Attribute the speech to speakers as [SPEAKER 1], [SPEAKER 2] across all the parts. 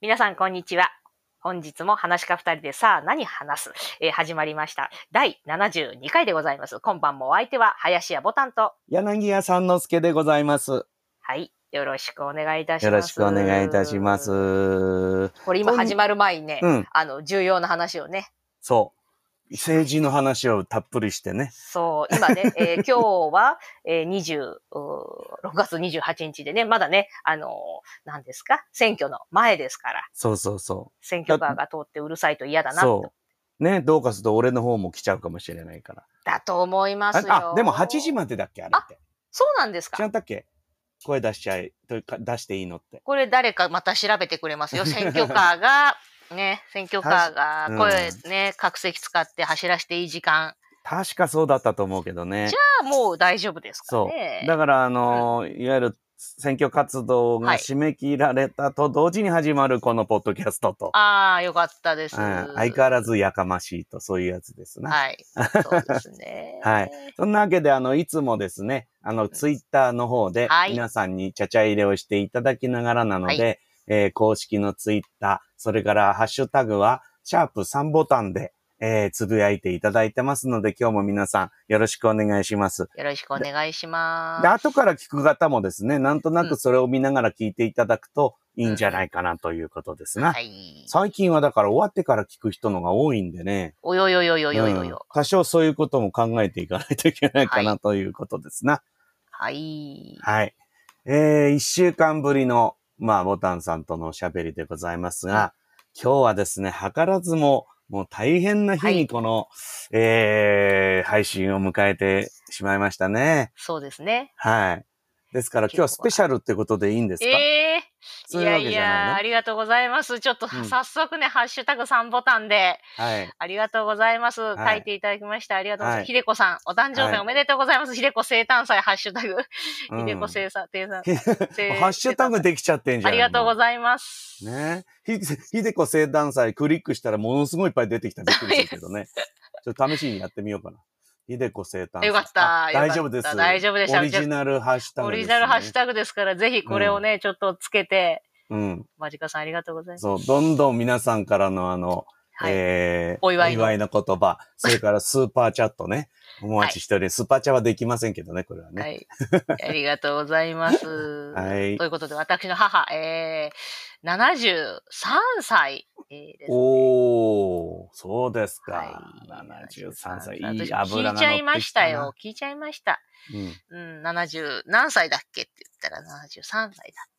[SPEAKER 1] 皆さん、こんにちは。本日も話か二人でさあ何話す、えー始まりました。第72回でございます。今晩もお相手は林家ボタンと、
[SPEAKER 2] 柳家さんの助でございます。
[SPEAKER 1] はい、よろしくお願いいたします。
[SPEAKER 2] よろしくお願いいたします。。う
[SPEAKER 1] これ今始まる前にね、
[SPEAKER 2] ん、
[SPEAKER 1] あの、重要な話をね、
[SPEAKER 2] そう。政治の話をたっぷりしてね。
[SPEAKER 1] そう、今 ね、えー今日は、えー、20うー6月28日でね、まだね、あのー何ですか、選挙の前ですから、
[SPEAKER 2] そうそうそ
[SPEAKER 1] 選挙カーが通ってうるさいと嫌だ
[SPEAKER 2] う。
[SPEAKER 1] なと
[SPEAKER 2] そう。ね、どうかすると俺の方も来ちゃうかもしれないから。
[SPEAKER 1] だと思いますよ。
[SPEAKER 2] ああ、でも8時までだっけあれって。
[SPEAKER 1] そうなんです
[SPEAKER 2] 違
[SPEAKER 1] か
[SPEAKER 2] ったっけ声出しちゃい、というか出していいのって。
[SPEAKER 1] これ誰かまた調べてくれますよ。選挙カーが、ね、選挙カーが
[SPEAKER 2] うん
[SPEAKER 1] 声ね、各席使って走らせていい時間。
[SPEAKER 2] 確かそうだったと思うけどね。
[SPEAKER 1] あもう大丈夫ですか
[SPEAKER 2] そう。
[SPEAKER 1] ね。
[SPEAKER 2] だから、あのーいわゆる選挙活動
[SPEAKER 1] は
[SPEAKER 2] が
[SPEAKER 1] い
[SPEAKER 2] 締め切られたと同時に始まるこのポッドキャストと。
[SPEAKER 1] ああ、よかったです。
[SPEAKER 2] うん、相変わらずやかましいと、そういうやつですな。。
[SPEAKER 1] はい。そうですね
[SPEAKER 2] はい。そんなわけで、あの、いつもですね、あの、ツイッターの方で
[SPEAKER 1] は、い
[SPEAKER 2] 皆さんにちゃちゃ入れをしていただきながらなので、
[SPEAKER 1] は
[SPEAKER 2] えー公式のツイッター、それからハッシュタグは、シャープ3ボタンで、えーつぶやいていただいてますので、今日も皆さん、よろしくお願いします。
[SPEAKER 1] よろしくお願いします
[SPEAKER 2] で、。後から聞く方もですね、なんとなくそれを見ながら聞いていただくと、いいんじゃないかなということですな。
[SPEAKER 1] はい。
[SPEAKER 2] 最近はだから終わってから聞く人のが多いんでね。
[SPEAKER 1] およよよよよよ
[SPEAKER 2] うん
[SPEAKER 1] よ。
[SPEAKER 2] 多少そういうことも考えていかないといけないか
[SPEAKER 1] は
[SPEAKER 2] なということですな。
[SPEAKER 1] はい。
[SPEAKER 2] はい。えー、一週間ぶりの、まあ、ボタンさんとのおしゃべりでございますが、今日はですね、図らずも、もう大変な日
[SPEAKER 1] はい
[SPEAKER 2] にこの、えー、配信を迎えてしまいましたね。
[SPEAKER 1] そうですね。
[SPEAKER 2] はい。ですから今日はスペシャルってことでいいんですか、
[SPEAKER 1] ええ
[SPEAKER 2] そ
[SPEAKER 1] いう
[SPEAKER 2] いう
[SPEAKER 1] や
[SPEAKER 2] わ
[SPEAKER 1] い
[SPEAKER 2] けじゃないの
[SPEAKER 1] や、ありがとうございます。ちょっと、
[SPEAKER 2] うん
[SPEAKER 1] 早速ね、ハッシュタグ3ボタンで、
[SPEAKER 2] はい。
[SPEAKER 1] ありがとうございます。
[SPEAKER 2] はい
[SPEAKER 1] 書いていただきました。ありがとうございま
[SPEAKER 2] は
[SPEAKER 1] す。
[SPEAKER 2] い
[SPEAKER 1] ひでこさん、お誕生
[SPEAKER 2] は
[SPEAKER 1] 日
[SPEAKER 2] い
[SPEAKER 1] おめでとうございます。ひでこ生誕祭、ハッシュタグ。
[SPEAKER 2] うん
[SPEAKER 1] ひでこ生産、生産。生
[SPEAKER 2] ハッシュタグできちゃってんじゃ
[SPEAKER 1] あ
[SPEAKER 2] ん。
[SPEAKER 1] りがとうご
[SPEAKER 2] ざ
[SPEAKER 1] ざ
[SPEAKER 2] い
[SPEAKER 1] います。
[SPEAKER 2] ねひ、ひでこ生誕祭クリックしたらものすごいいっぱい出てきた。びっくりしたけどね。ちょっと試しにやってみようかな。ひでこ生誕 祭。
[SPEAKER 1] よかった
[SPEAKER 2] あ
[SPEAKER 1] よかった
[SPEAKER 2] 大丈夫です。
[SPEAKER 1] 大丈夫でした
[SPEAKER 2] オリジナルハッシュタグ
[SPEAKER 1] オ
[SPEAKER 2] です、ね。
[SPEAKER 1] リジナルハッシュタグですから、ぜひこれをね、ちょっとつけて、
[SPEAKER 2] うん。
[SPEAKER 1] マジカさんありがとうございます。
[SPEAKER 2] そう、どんどん皆さんからのあの、
[SPEAKER 1] はい。
[SPEAKER 2] えー、
[SPEAKER 1] お祝いの
[SPEAKER 2] の言葉、それからスーパーチャッ トね。お待ちしております、スーパーチャはできませんけどね、これはね。
[SPEAKER 1] はい。ありがとうございます。は
[SPEAKER 2] はい
[SPEAKER 1] ということで、私の母、えー、73歳、えーです。
[SPEAKER 2] おー、そうですか。
[SPEAKER 1] はい
[SPEAKER 2] 73
[SPEAKER 1] 73
[SPEAKER 2] 歳。い
[SPEAKER 1] 私
[SPEAKER 2] い油が乗ってきたな
[SPEAKER 1] 聞いちゃいましたよ。。聞いちゃいました。
[SPEAKER 2] うん
[SPEAKER 1] うん、70何歳だっけって言ったら73歳だっ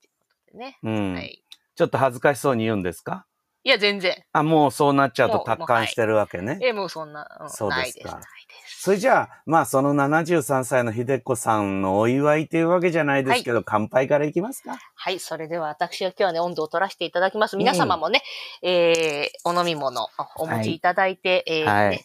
[SPEAKER 1] ていうことでね。
[SPEAKER 2] うん
[SPEAKER 1] はい。
[SPEAKER 2] ちょっと恥ずかしそうに言うんですか
[SPEAKER 1] いや、全然。
[SPEAKER 2] あ、もうそうなっちゃうと
[SPEAKER 1] もう
[SPEAKER 2] 達観してるわけね。
[SPEAKER 1] え、もうそんな、うん
[SPEAKER 2] そう
[SPEAKER 1] ない
[SPEAKER 2] です
[SPEAKER 1] で
[SPEAKER 2] か
[SPEAKER 1] す、ないです。
[SPEAKER 2] それじゃあ、まあその73歳の秀子さんのお祝いというわけじゃないですけど、乾杯からいきますか。
[SPEAKER 1] はい、それでは私は今日はね、温度を取らせていただきます。皆様もね、えー、お飲み物、あお持ちいただいて、えー
[SPEAKER 2] はい
[SPEAKER 1] ね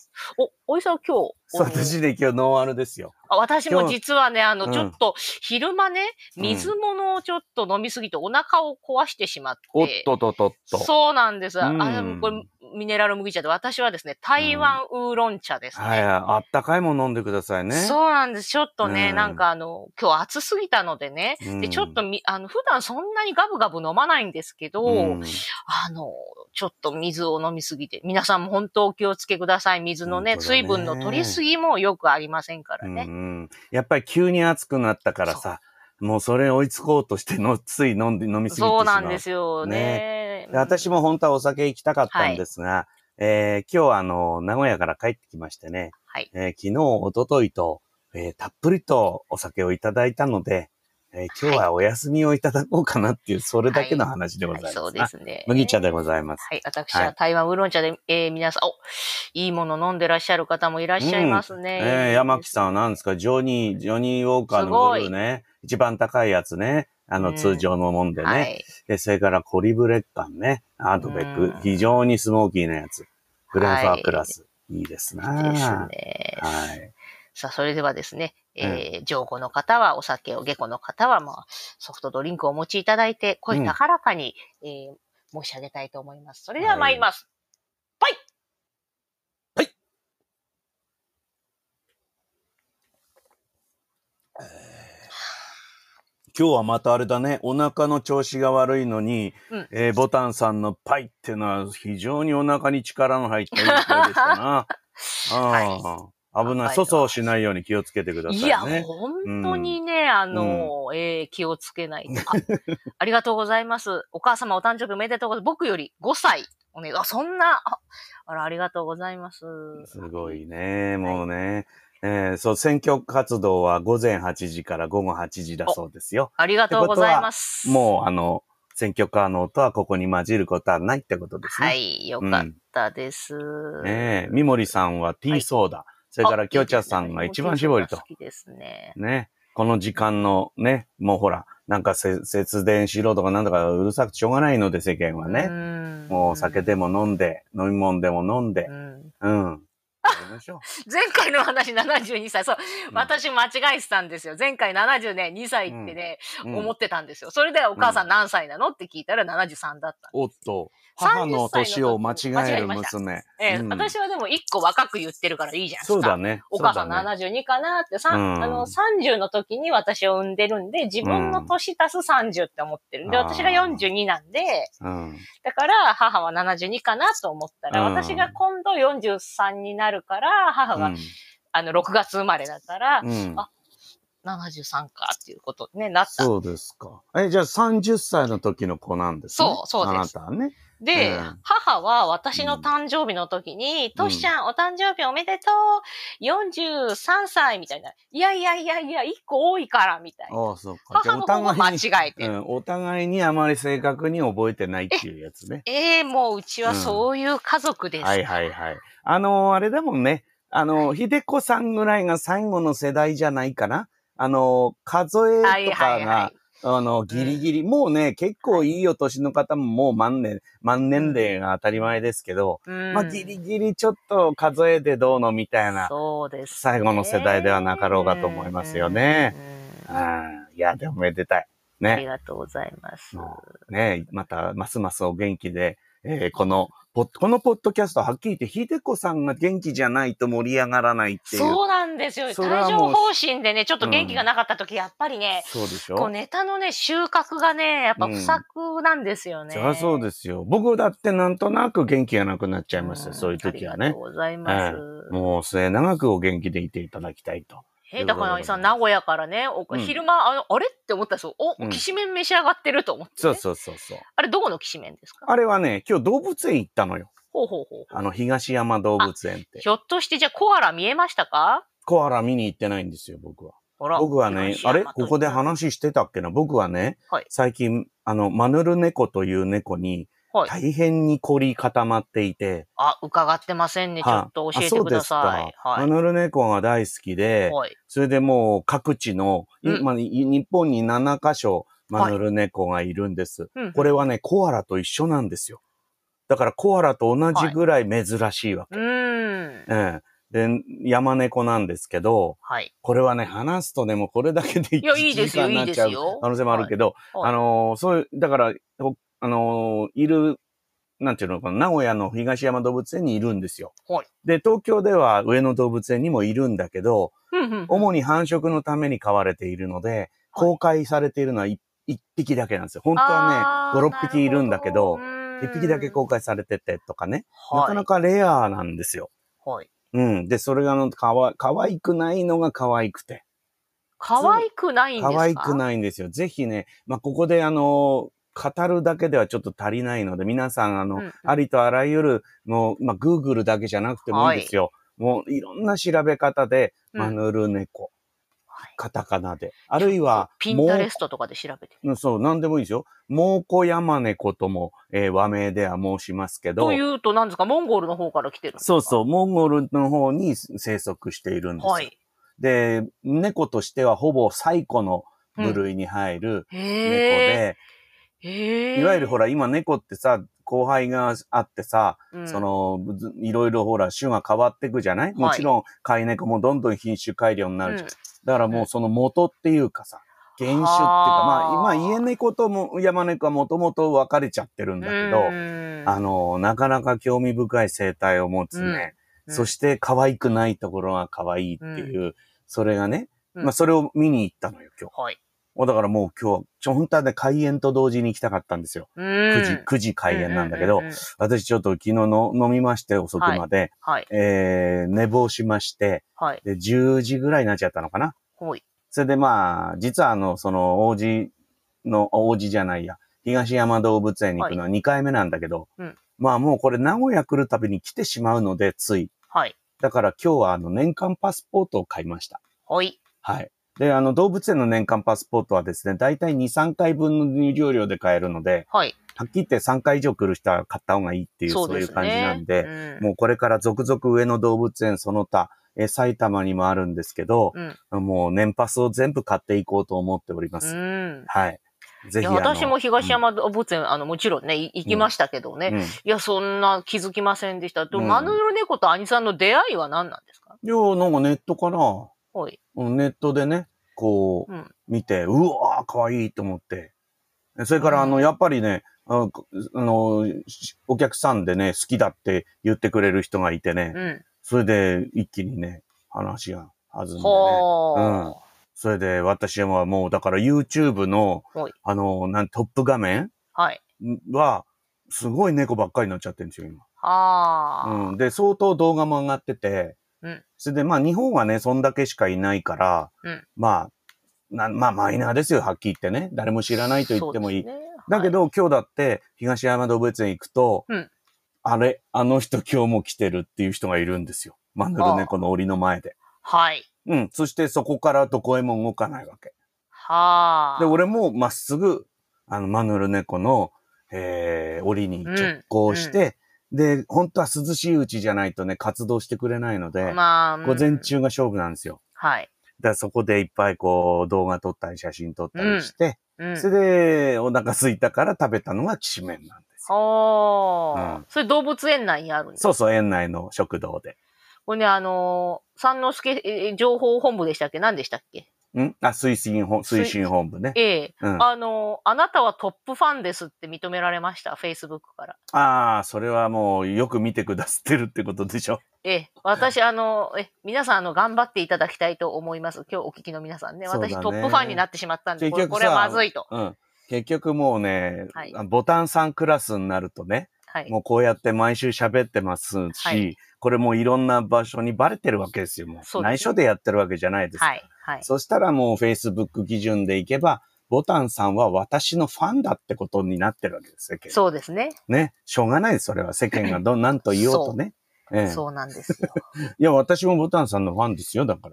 [SPEAKER 1] お、おいさん今日、
[SPEAKER 2] そ
[SPEAKER 1] お
[SPEAKER 2] う、私で今日ノンアルですよ。
[SPEAKER 1] あ私も
[SPEAKER 2] 今日
[SPEAKER 1] 実はね、あ
[SPEAKER 2] う
[SPEAKER 1] の、
[SPEAKER 2] ん
[SPEAKER 1] ちょっと、昼間ね、
[SPEAKER 2] うん
[SPEAKER 1] 水物をちょっと飲みすぎて、お腹を壊してしまって。
[SPEAKER 2] おっとっとっとっと。
[SPEAKER 1] そうなんです。
[SPEAKER 2] うん
[SPEAKER 1] あでもこれ、ミネラル麦茶で、私はですね、台湾ウーロン茶ですね。
[SPEAKER 2] はいはい。あったかいもの飲んでくださいね。
[SPEAKER 1] そうなんです。ちょっとね、
[SPEAKER 2] うん
[SPEAKER 1] なんかあの、今日暑すぎたのでね、
[SPEAKER 2] うん
[SPEAKER 1] で、ちょっとみ、あの、普段そんなにガブガブ飲まないんですけど、
[SPEAKER 2] うん。
[SPEAKER 1] あの、ちょっと水を飲みすぎて、皆さんも本当お気をつけください。水のね、
[SPEAKER 2] 本当だね
[SPEAKER 1] 水分の取りすぎもよくありませんから
[SPEAKER 2] う
[SPEAKER 1] ね。
[SPEAKER 2] んうんやっぱり急に暑くなったからさ、もうそれ追いつこうとしての、つい飲んで、飲みすぎてしまう。
[SPEAKER 1] そうなんですよね。
[SPEAKER 2] で私も本当はお酒行きたかったんですが、えー今日あの、名古屋から帰ってきましてね、
[SPEAKER 1] はい
[SPEAKER 2] えー昨日、一昨日と、えーたっぷりとお酒をいただいたので、えー今日はお休みをいただこうかなっていう、それだけの話でございます。
[SPEAKER 1] はい、そうですね。
[SPEAKER 2] 麦茶でございます。
[SPEAKER 1] はい、私は台湾ウーロン茶で、えー皆さん、お、いいもの飲んでらっしゃる方もいらっしゃいますね。
[SPEAKER 2] えー、山木さんは何ですかジョニー、ジョニーウォーカーのブルーね。一番高いやつね。あ
[SPEAKER 1] うん
[SPEAKER 2] の、通常のもんでね、
[SPEAKER 1] はい。
[SPEAKER 2] で。それからコリブレッカンね。アートベック。
[SPEAKER 1] うん
[SPEAKER 2] 非常にスモーキーなやつ。グレンファークラス。い、いですな
[SPEAKER 1] ですね。
[SPEAKER 2] はい。
[SPEAKER 1] さあ、それではですね、えー、上戸の方はお酒を、下戸の方は、まあ、ソフトドリンクをお持ちいただいて、声高らかに、えー申し上げたいと思います。それでは参ります。
[SPEAKER 2] 今日はまたあれだね、お腹の調子が悪いのに、
[SPEAKER 1] うん
[SPEAKER 2] えーボタンさんのパイっていうのは非常にお腹に力の入ったいい声でした な。ああ危ない。
[SPEAKER 1] 乾杯と
[SPEAKER 2] 粗相しないように気をつけてくだ
[SPEAKER 1] い
[SPEAKER 2] さい
[SPEAKER 1] や、
[SPEAKER 2] ね。
[SPEAKER 1] 本当にね、あの、えー気をつけ ないと。あありがとうございます。お母様お誕生日おめでとうございます。僕より5歳。おね、あ、そんな、ああら、ありがとうございます。
[SPEAKER 2] すごいね、もうね。えーそう、選挙活動は午前8時から午後8時だそうですよ。
[SPEAKER 1] ありがとうございます。
[SPEAKER 2] もう、あの、選挙カーの音はここに混じることはないってことですね。
[SPEAKER 1] は。い、よかったです。
[SPEAKER 2] ねえ、みもりさんはティーソーダ。
[SPEAKER 1] そ
[SPEAKER 2] それから、きょうちゃんさんが一番絞りと
[SPEAKER 1] 好。きですね。
[SPEAKER 2] ね。この時間のね、もうほら、なんかせ節電しろとかなんとかうるさくてしょうがないので世間はね。
[SPEAKER 1] ね
[SPEAKER 2] もう酒でも飲んで、飲み物でも飲んで
[SPEAKER 1] う、ん
[SPEAKER 2] うん。やりましょう。
[SPEAKER 1] 前回の話72歳。そう、
[SPEAKER 2] うん
[SPEAKER 1] 私間違えてたんですよ。前回72ね、2歳ってね、
[SPEAKER 2] うん
[SPEAKER 1] 思ってたんですよ。それでお母さん何歳なのって聞いたら73だった。
[SPEAKER 2] おっと、
[SPEAKER 1] 30
[SPEAKER 2] 母の年を間違え
[SPEAKER 1] 間違え
[SPEAKER 2] る
[SPEAKER 1] ました
[SPEAKER 2] 娘。
[SPEAKER 1] ええ
[SPEAKER 2] うん
[SPEAKER 1] 私はでも1個若く言ってるからいいじゃないですか。
[SPEAKER 2] そうだね。
[SPEAKER 1] お母さん
[SPEAKER 2] そうだね
[SPEAKER 1] 72かなって、さ
[SPEAKER 2] うん
[SPEAKER 1] あの30の時に私を産んでるんで、自分の年足す30って思ってるんで、
[SPEAKER 2] うん
[SPEAKER 1] 私が42なんで、
[SPEAKER 2] うん。
[SPEAKER 1] だから母は72かなと思ったら、
[SPEAKER 2] うん
[SPEAKER 1] 私が今度43になるから、母が、あの6月生まれだから、
[SPEAKER 2] うんうん
[SPEAKER 1] あ73かっていうことにねなった。
[SPEAKER 2] そうですか。え、じゃあ30歳の時の子なんですね。
[SPEAKER 1] そうそうです
[SPEAKER 2] あなたはね。
[SPEAKER 1] で、
[SPEAKER 2] うん
[SPEAKER 1] 母は私の誕生日の時に、
[SPEAKER 2] うん
[SPEAKER 1] としちゃんお誕生日おめでとう !43 歳みたいな。いやいやいやいや、1個多いからみたいな。
[SPEAKER 2] ああ、そうか。じ
[SPEAKER 1] 母
[SPEAKER 2] ゃあお
[SPEAKER 1] の方も間
[SPEAKER 2] 互い
[SPEAKER 1] 違
[SPEAKER 2] に
[SPEAKER 1] えて
[SPEAKER 2] う
[SPEAKER 1] る。
[SPEAKER 2] ん、お互いにあまり正確に覚えてないっていうやつね。
[SPEAKER 1] ええもううちはそういう家族です。
[SPEAKER 2] はいはいはい。あのーあれだもんね。あのー、秀子さんぐらいが最後の世代じゃないかな。あのー数えとかが、
[SPEAKER 1] はいはいはい。
[SPEAKER 2] あの、ギリギリ、もうね、結構いいお年の方ももう万年、万年齢が当たり前ですけど、
[SPEAKER 1] うん
[SPEAKER 2] まあ、ギリギリちょっと数えてどうのみたいな、
[SPEAKER 1] そうです、
[SPEAKER 2] 最後の世代ではなかろうかと思いますよね。
[SPEAKER 1] うん
[SPEAKER 2] うん、いや、でもめでたい。
[SPEAKER 1] あり
[SPEAKER 2] ね、
[SPEAKER 1] がとうございます。
[SPEAKER 2] もね、また、ますますお元気で、えーこの、ポッこのポッドキャストはっきり言って、ひでこさんが元気じゃないと盛り上がらないっていう。
[SPEAKER 1] そうなんですよ。帯
[SPEAKER 2] それはもう
[SPEAKER 1] 状方針でね、ちょっと元気がなかった時、やっぱりね、
[SPEAKER 2] そうでしょ
[SPEAKER 1] こうネタのね、収穫がね、やっぱ
[SPEAKER 2] うん
[SPEAKER 1] 不作なんですよね。
[SPEAKER 2] そりゃそう
[SPEAKER 1] す。
[SPEAKER 2] ですよ。僕だってなんとなく元気がなくなっちゃいますよ、そういう時は
[SPEAKER 1] あり
[SPEAKER 2] ね
[SPEAKER 1] がと。うございます。
[SPEAKER 2] もう末永くお元気でいていただきたいと。
[SPEAKER 1] え、だからさ、名古屋からね、お
[SPEAKER 2] うん
[SPEAKER 1] 昼間、あのあれって思ったらそう、
[SPEAKER 2] う
[SPEAKER 1] お、
[SPEAKER 2] ん
[SPEAKER 1] きしめん召し上がってると思って、ね
[SPEAKER 2] そうそうそうそう。
[SPEAKER 1] あれ、どこのきしめんですか
[SPEAKER 2] あれはね、今日動物園行ったのよ。
[SPEAKER 1] ほうほうほうほう。
[SPEAKER 2] あの、東山動物園って。
[SPEAKER 1] ひょっとして、じゃあ、コアラ見えましたか
[SPEAKER 2] コアラ見に行ってないんですよ、僕は。
[SPEAKER 1] ほら
[SPEAKER 2] 僕はね、あれここで話してたっけな僕はね、
[SPEAKER 1] はい
[SPEAKER 2] 最近、あの、マヌルネコという猫に、
[SPEAKER 1] はい
[SPEAKER 2] 大変に凝り固まっていて、
[SPEAKER 1] あ、伺ってませんね。ちょ
[SPEAKER 2] は
[SPEAKER 1] っと教
[SPEAKER 2] あ
[SPEAKER 1] えて
[SPEAKER 2] そう
[SPEAKER 1] く
[SPEAKER 2] で
[SPEAKER 1] だ
[SPEAKER 2] すか
[SPEAKER 1] さい。は
[SPEAKER 2] マ
[SPEAKER 1] い。
[SPEAKER 2] ヌルネコが大好きで、
[SPEAKER 1] はい。
[SPEAKER 2] それでもう各地の、い
[SPEAKER 1] うん
[SPEAKER 2] まあい日本に7カ所、マヌルネコがいるんです。
[SPEAKER 1] うん
[SPEAKER 2] これはね、コアラと一緒なんですよ。だからコアラと同じぐらい珍しいわ
[SPEAKER 1] うー
[SPEAKER 2] け。
[SPEAKER 1] ん。
[SPEAKER 2] ええで、山猫なんですけど、
[SPEAKER 1] はい。
[SPEAKER 2] これはね、話すとね、もうこれだけで
[SPEAKER 1] いやいい
[SPEAKER 2] 1
[SPEAKER 1] で
[SPEAKER 2] 時
[SPEAKER 1] すよ
[SPEAKER 2] 間になっちゃ
[SPEAKER 1] いういですよ
[SPEAKER 2] 可能性もあるけど、
[SPEAKER 1] はいはい
[SPEAKER 2] あのーそういう、だから、ほあのーいる、なんていうのかな、名古屋の東山動物園にいるんですよ。
[SPEAKER 1] はい
[SPEAKER 2] で、東京では上野動物園にもいるんだけど、
[SPEAKER 1] うんうん
[SPEAKER 2] 主に繁殖のために飼われているので、公開されているのは 1, 匹だけなんですよ。本当は
[SPEAKER 1] あー
[SPEAKER 2] ね、5、6匹いるんだけど
[SPEAKER 1] な、るほ
[SPEAKER 2] 1匹だけ公開されててとかね、なかな
[SPEAKER 1] か。
[SPEAKER 2] かレアなんですよ。
[SPEAKER 1] はい。
[SPEAKER 2] うん。で、それがあのかわ、可愛くないのが可愛くて。
[SPEAKER 1] 可愛くないんですか
[SPEAKER 2] 可愛くないんですよ。ぜひね、まあ、ここであの、語るだけではちょっと足りないので、皆さんあの、
[SPEAKER 1] うんうん
[SPEAKER 2] ありとあらゆる、もう、まあ、Google だけじゃなくてもいいんですよ。もう、いろんな調べ方で、
[SPEAKER 1] うん
[SPEAKER 2] マヌルネコ、
[SPEAKER 1] はい
[SPEAKER 2] カタカナで。あるいは、
[SPEAKER 1] ピンタレストとかで調べて。
[SPEAKER 2] うんそう、なんでもいいですよ。猛虎山猫とも、えー和名では申しますけど
[SPEAKER 1] とい、うと、なんですかモンゴルの方から来てるんですか
[SPEAKER 2] そうそう、モンゴルの方に生息しているんですよ。
[SPEAKER 1] はい。
[SPEAKER 2] で、猫としてはほぼ最古の部類に入る猫
[SPEAKER 1] へ
[SPEAKER 2] で、
[SPEAKER 1] え。へえ。
[SPEAKER 2] いわゆるほ
[SPEAKER 1] ら、
[SPEAKER 2] ら、今猫ってさ、後輩があってさ、その、ずいろいろほら、種が変わっていくじゃない、もちろん、飼い猫もどんどん品種改良にな
[SPEAKER 1] う
[SPEAKER 2] る
[SPEAKER 1] ん、
[SPEAKER 2] じゃん。だからもうその元っていうかさ、原種っていう
[SPEAKER 1] は
[SPEAKER 2] か、まあ、
[SPEAKER 1] あ
[SPEAKER 2] 今、家猫とも山猫はもともと分かれちゃってるんだけど、あ
[SPEAKER 1] ど、
[SPEAKER 2] の、なかなか興味深い生態を持つね。
[SPEAKER 1] うん
[SPEAKER 2] そして可愛くないところが可愛いっていう、それがね、
[SPEAKER 1] うん
[SPEAKER 2] まあそれを見に行ったのよ、今日。
[SPEAKER 1] はい。
[SPEAKER 2] もうだからもう今日、ちょ、本当はね、開演と同時に行きたかったんですよ。
[SPEAKER 1] う
[SPEAKER 2] 9
[SPEAKER 1] ん。
[SPEAKER 2] 時、9時開演なんだけ
[SPEAKER 1] う
[SPEAKER 2] ど
[SPEAKER 1] う、うんうん
[SPEAKER 2] 私ちょっと昨日の飲みまして、遅くまで、
[SPEAKER 1] はい。
[SPEAKER 2] えー、寝坊しまして、
[SPEAKER 1] はい。
[SPEAKER 2] で、10時ぐらいになっちゃったのかな。
[SPEAKER 1] ほい。
[SPEAKER 2] それでまあ、実はあの、その、王子の、王子じゃないや、東山動物園に行くのは2回目なんだけど、
[SPEAKER 1] うん
[SPEAKER 2] まあもうこれ名古屋来るたびに来てしまうので、つい。
[SPEAKER 1] はい。
[SPEAKER 2] だから今日はあの、年間パスポートを買いました。
[SPEAKER 1] ほい。
[SPEAKER 2] はい。で、あの、動物園の年間パスポートはですね、だいたい2、3回分の入場料で買えるので、
[SPEAKER 1] はい。
[SPEAKER 2] はっきり言って3回以上来る人は買った方がいいっていう、そう,、いう感じなんで、
[SPEAKER 1] うん
[SPEAKER 2] もうこれから続々上野動物園その他、えー埼玉にもあるんですけど、
[SPEAKER 1] うん。
[SPEAKER 2] もう年パスを全部買っていこうと思っております。
[SPEAKER 1] うん。
[SPEAKER 2] はい。ぜ
[SPEAKER 1] い
[SPEAKER 2] ひ。
[SPEAKER 1] や
[SPEAKER 2] あの
[SPEAKER 1] 私も東、山動物園、あの、もちろんね、い行きましたけどね。
[SPEAKER 2] うんうんい
[SPEAKER 1] いや、そんな気づきませんでした。と、
[SPEAKER 2] うん
[SPEAKER 1] マヌルネコとアニさんの出会いは何なんですか
[SPEAKER 2] や、なんかネットかな。
[SPEAKER 1] ほい。
[SPEAKER 2] うんネットでね、こう、
[SPEAKER 1] うん
[SPEAKER 2] 見て、うわー、かわいいと思って。それから、あ
[SPEAKER 1] う
[SPEAKER 2] の、
[SPEAKER 1] ん
[SPEAKER 2] やっぱりね、ああの、しお客さんでね、好きだって言ってくれる人がいてね、
[SPEAKER 1] うん。
[SPEAKER 2] それで一気にね、話が弾んでね。
[SPEAKER 1] ほ
[SPEAKER 2] うん
[SPEAKER 1] ー。
[SPEAKER 2] それで私はもうだから YouTube の
[SPEAKER 1] はい、
[SPEAKER 2] あの、なんトップ画面
[SPEAKER 1] はい。
[SPEAKER 2] は、すごい猫ばっかりになっちゃってるんですよ、今。
[SPEAKER 1] あ
[SPEAKER 2] うん、で、相当動画も上がってて、
[SPEAKER 1] うん
[SPEAKER 2] それでまあ日本はね、そんだけしかいないから、
[SPEAKER 1] うん
[SPEAKER 2] まあ、なまあマイナーですよ、はっきり言ってね。誰も
[SPEAKER 1] ー。
[SPEAKER 2] 知らないと言ってもいい。
[SPEAKER 1] そうですね
[SPEAKER 2] だけ、ど、今日だって東山動物園行くと、
[SPEAKER 1] うん
[SPEAKER 2] あれ、あの人今日も来てるっていう人がいるんですよ。マヌル猫の檻の前で。
[SPEAKER 1] はい。
[SPEAKER 2] うん。そしてそこからどこへも動かないわけ。
[SPEAKER 1] はあ。
[SPEAKER 2] で、俺もまっすぐ、あの、マヌルネコの、えー、檻に直行して、で、本当は涼しいうちじゃないとね、活動してくれないので、
[SPEAKER 1] まあ、うん
[SPEAKER 2] 午前。中が勝負なんですよ。
[SPEAKER 1] はい。
[SPEAKER 2] だからそこでいっぱいこう、動画撮ったり写真撮ったりして、
[SPEAKER 1] うん。
[SPEAKER 2] それで、お腹空いたから食べたのがきしめんなんですよ。
[SPEAKER 1] ほ
[SPEAKER 2] う
[SPEAKER 1] ー
[SPEAKER 2] ん。
[SPEAKER 1] それ動物園内にあるんです
[SPEAKER 2] そうそう、園内の食堂で。
[SPEAKER 1] これね、あのー三之助えー情報本部でしたっけ何でしたっけ
[SPEAKER 2] んあ、推進本、推進本部ね。
[SPEAKER 1] ええ
[SPEAKER 2] うん。あ
[SPEAKER 1] あのーあなたはトップファンですって認められました、Facebook から。
[SPEAKER 2] あー、それはもうよく見てくださってるってことでしょ。
[SPEAKER 1] ええ、私、あの、え、皆さん、あの、頑張っていただきたいと思います。今日お聞きの皆さんね。
[SPEAKER 2] そうだね
[SPEAKER 1] 私、トップファンになってしまったんで、
[SPEAKER 2] 結
[SPEAKER 1] これ
[SPEAKER 2] 局
[SPEAKER 1] これは
[SPEAKER 2] さ
[SPEAKER 1] まずいと。
[SPEAKER 2] うん。結局もうね、
[SPEAKER 1] はい
[SPEAKER 2] ボタンさんクラスになるとね、
[SPEAKER 1] はい。
[SPEAKER 2] もうこうやって毎週喋ってますし、
[SPEAKER 1] はい
[SPEAKER 2] これもういろんな場所にバレてるわけですよ。も
[SPEAKER 1] そううですね
[SPEAKER 2] 内緒でやってるわけじゃないです。
[SPEAKER 1] はい。はい。
[SPEAKER 2] そしたらもう Facebook 基準でいけば、ボタンさんは私のファンだってことになってるわけですよ。世間
[SPEAKER 1] そうですね。
[SPEAKER 2] ね。しょうがないです、それは。世 間がど、なんと言おうとね。ええ、
[SPEAKER 1] そうなんですよ。
[SPEAKER 2] いや、私もボタンさんのファンですよ、だか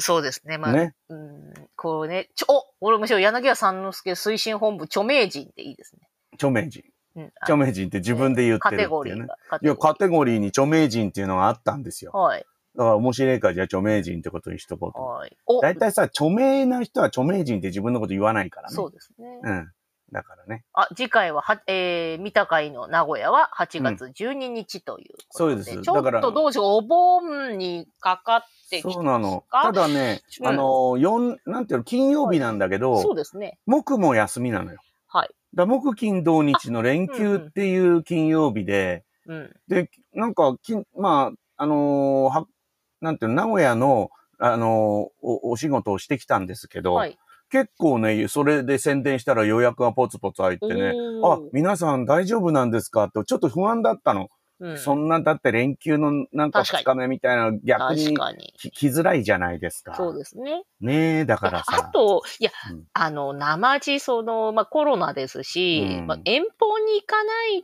[SPEAKER 1] そうですね。ま
[SPEAKER 2] ら。
[SPEAKER 1] あ、
[SPEAKER 2] ね。
[SPEAKER 1] うん、こうね、ちょ、お俺むしろ柳家三之助推進本部著名人っていいですね。
[SPEAKER 2] 著名人。
[SPEAKER 1] うん、あ
[SPEAKER 2] 著名人って自分で言って
[SPEAKER 1] カ
[SPEAKER 2] るって
[SPEAKER 1] テゴリ
[SPEAKER 2] いうね
[SPEAKER 1] ー。が。カ
[SPEAKER 2] いや、カ
[SPEAKER 1] テ
[SPEAKER 2] テゴリーに著名人っていうのがあったんですよ。
[SPEAKER 1] ゴリーはい。
[SPEAKER 2] だから面白いから、じゃあ著名人ってことにしとこうと。
[SPEAKER 1] はい。お
[SPEAKER 2] 大体さ、著名な人は著名人って自分のこと言わないからね。
[SPEAKER 1] そうですね。
[SPEAKER 2] うん。だからね。
[SPEAKER 1] あ、次回は、は、えー、三鷹の名古屋は8月12日ということで、
[SPEAKER 2] そうです
[SPEAKER 1] ちょ
[SPEAKER 2] だから
[SPEAKER 1] っとどうしよう、お盆にかかってきて
[SPEAKER 2] そうなの。ただね、
[SPEAKER 1] うん
[SPEAKER 2] あの、四なんていうの、金曜日なんだけ
[SPEAKER 1] そう
[SPEAKER 2] ど、
[SPEAKER 1] ですね。
[SPEAKER 2] 木も休みなのよ。
[SPEAKER 1] はい。
[SPEAKER 2] だから木金土日の連休っていう金曜日で、
[SPEAKER 1] うん。
[SPEAKER 2] で、なんか、金まあ、あのは、なんていうの、名古屋の、あのお、お仕事をしてきたんですけど、
[SPEAKER 1] はい。
[SPEAKER 2] 結構ね、それで宣伝したら予約がポツポツ入ってね、
[SPEAKER 1] お
[SPEAKER 2] あ
[SPEAKER 1] ー、
[SPEAKER 2] 皆さん大丈夫なんですかって、ちょっと不安だったの。
[SPEAKER 1] うん、
[SPEAKER 2] そんな、だって連休のなんか
[SPEAKER 1] 確か
[SPEAKER 2] 2
[SPEAKER 1] に
[SPEAKER 2] 日目みたいなの逆
[SPEAKER 1] 確
[SPEAKER 2] に
[SPEAKER 1] かに。
[SPEAKER 2] き来づらいじゃないですか。
[SPEAKER 1] そうですね。
[SPEAKER 2] ねえ、だか
[SPEAKER 1] あ
[SPEAKER 2] らさ。
[SPEAKER 1] と、いや、
[SPEAKER 2] うん
[SPEAKER 1] あの、生地、その、まあ、コロナですし、
[SPEAKER 2] うん
[SPEAKER 1] まあ、遠方に行かない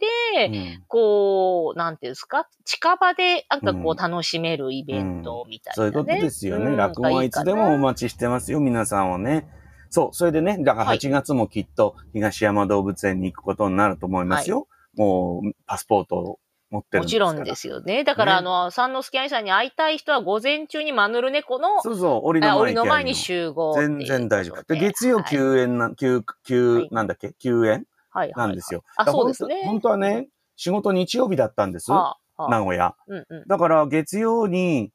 [SPEAKER 1] で、
[SPEAKER 2] うん
[SPEAKER 1] こう、なんていうんですか、近場で、なんかこ
[SPEAKER 2] うん
[SPEAKER 1] う、楽しめるイベントみたいな、
[SPEAKER 2] そういうことですよね。
[SPEAKER 1] うん
[SPEAKER 2] 落語はいつでもお待ちしてますよ、皆さんをね。そう、それでね、だから
[SPEAKER 1] はい
[SPEAKER 2] 8月もきっと東山動物園に行くことになると思いますよ。もう、パスポートを持ってる
[SPEAKER 1] もちろんですすよね。だから、
[SPEAKER 2] ね
[SPEAKER 1] あの、三之助兄さんに会いたい人は午前中にマヌル猫の
[SPEAKER 2] から。、そうそう、檻
[SPEAKER 1] あ
[SPEAKER 2] の前
[SPEAKER 1] 檻
[SPEAKER 2] に
[SPEAKER 1] の前に
[SPEAKER 2] 行け
[SPEAKER 1] 集合
[SPEAKER 2] ば
[SPEAKER 1] って
[SPEAKER 2] い
[SPEAKER 1] い
[SPEAKER 2] い
[SPEAKER 1] う
[SPEAKER 2] の
[SPEAKER 1] こと。
[SPEAKER 2] 全然大丈夫。で、月曜
[SPEAKER 1] はい
[SPEAKER 2] 休園な、休、
[SPEAKER 1] は
[SPEAKER 2] 休
[SPEAKER 1] い、
[SPEAKER 2] なんだっけ休園
[SPEAKER 1] はいはい
[SPEAKER 2] なんですよ。
[SPEAKER 1] あ、そうです
[SPEAKER 2] だから
[SPEAKER 1] ね。
[SPEAKER 2] 本当本当はね、仕事日曜日だったんです。
[SPEAKER 1] はあはあ
[SPEAKER 2] 名古屋。
[SPEAKER 1] うんうん。
[SPEAKER 2] だから月曜に、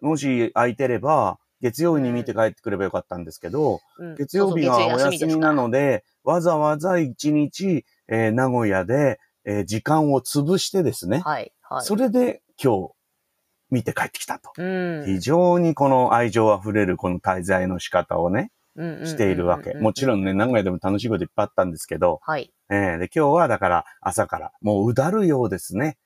[SPEAKER 2] もし空いてれば、月曜に見て帰ってくればよかったんですけど、
[SPEAKER 1] うん
[SPEAKER 2] 月曜日がお休みな。ので、わざわざ一日、えー名古屋で、えー時間を潰してですね、
[SPEAKER 1] そうはい、はい。
[SPEAKER 2] それで今日見て帰ってきたと。
[SPEAKER 1] うん。
[SPEAKER 2] 非常にこの愛情あふれるこの滞在の仕方をね、しているわけ。もちろ
[SPEAKER 1] ん。
[SPEAKER 2] んね、名古屋でも楽しいこといっぱいあったんですけど、
[SPEAKER 1] はい。
[SPEAKER 2] えーで、今日はだから朝から、もううだるようですね。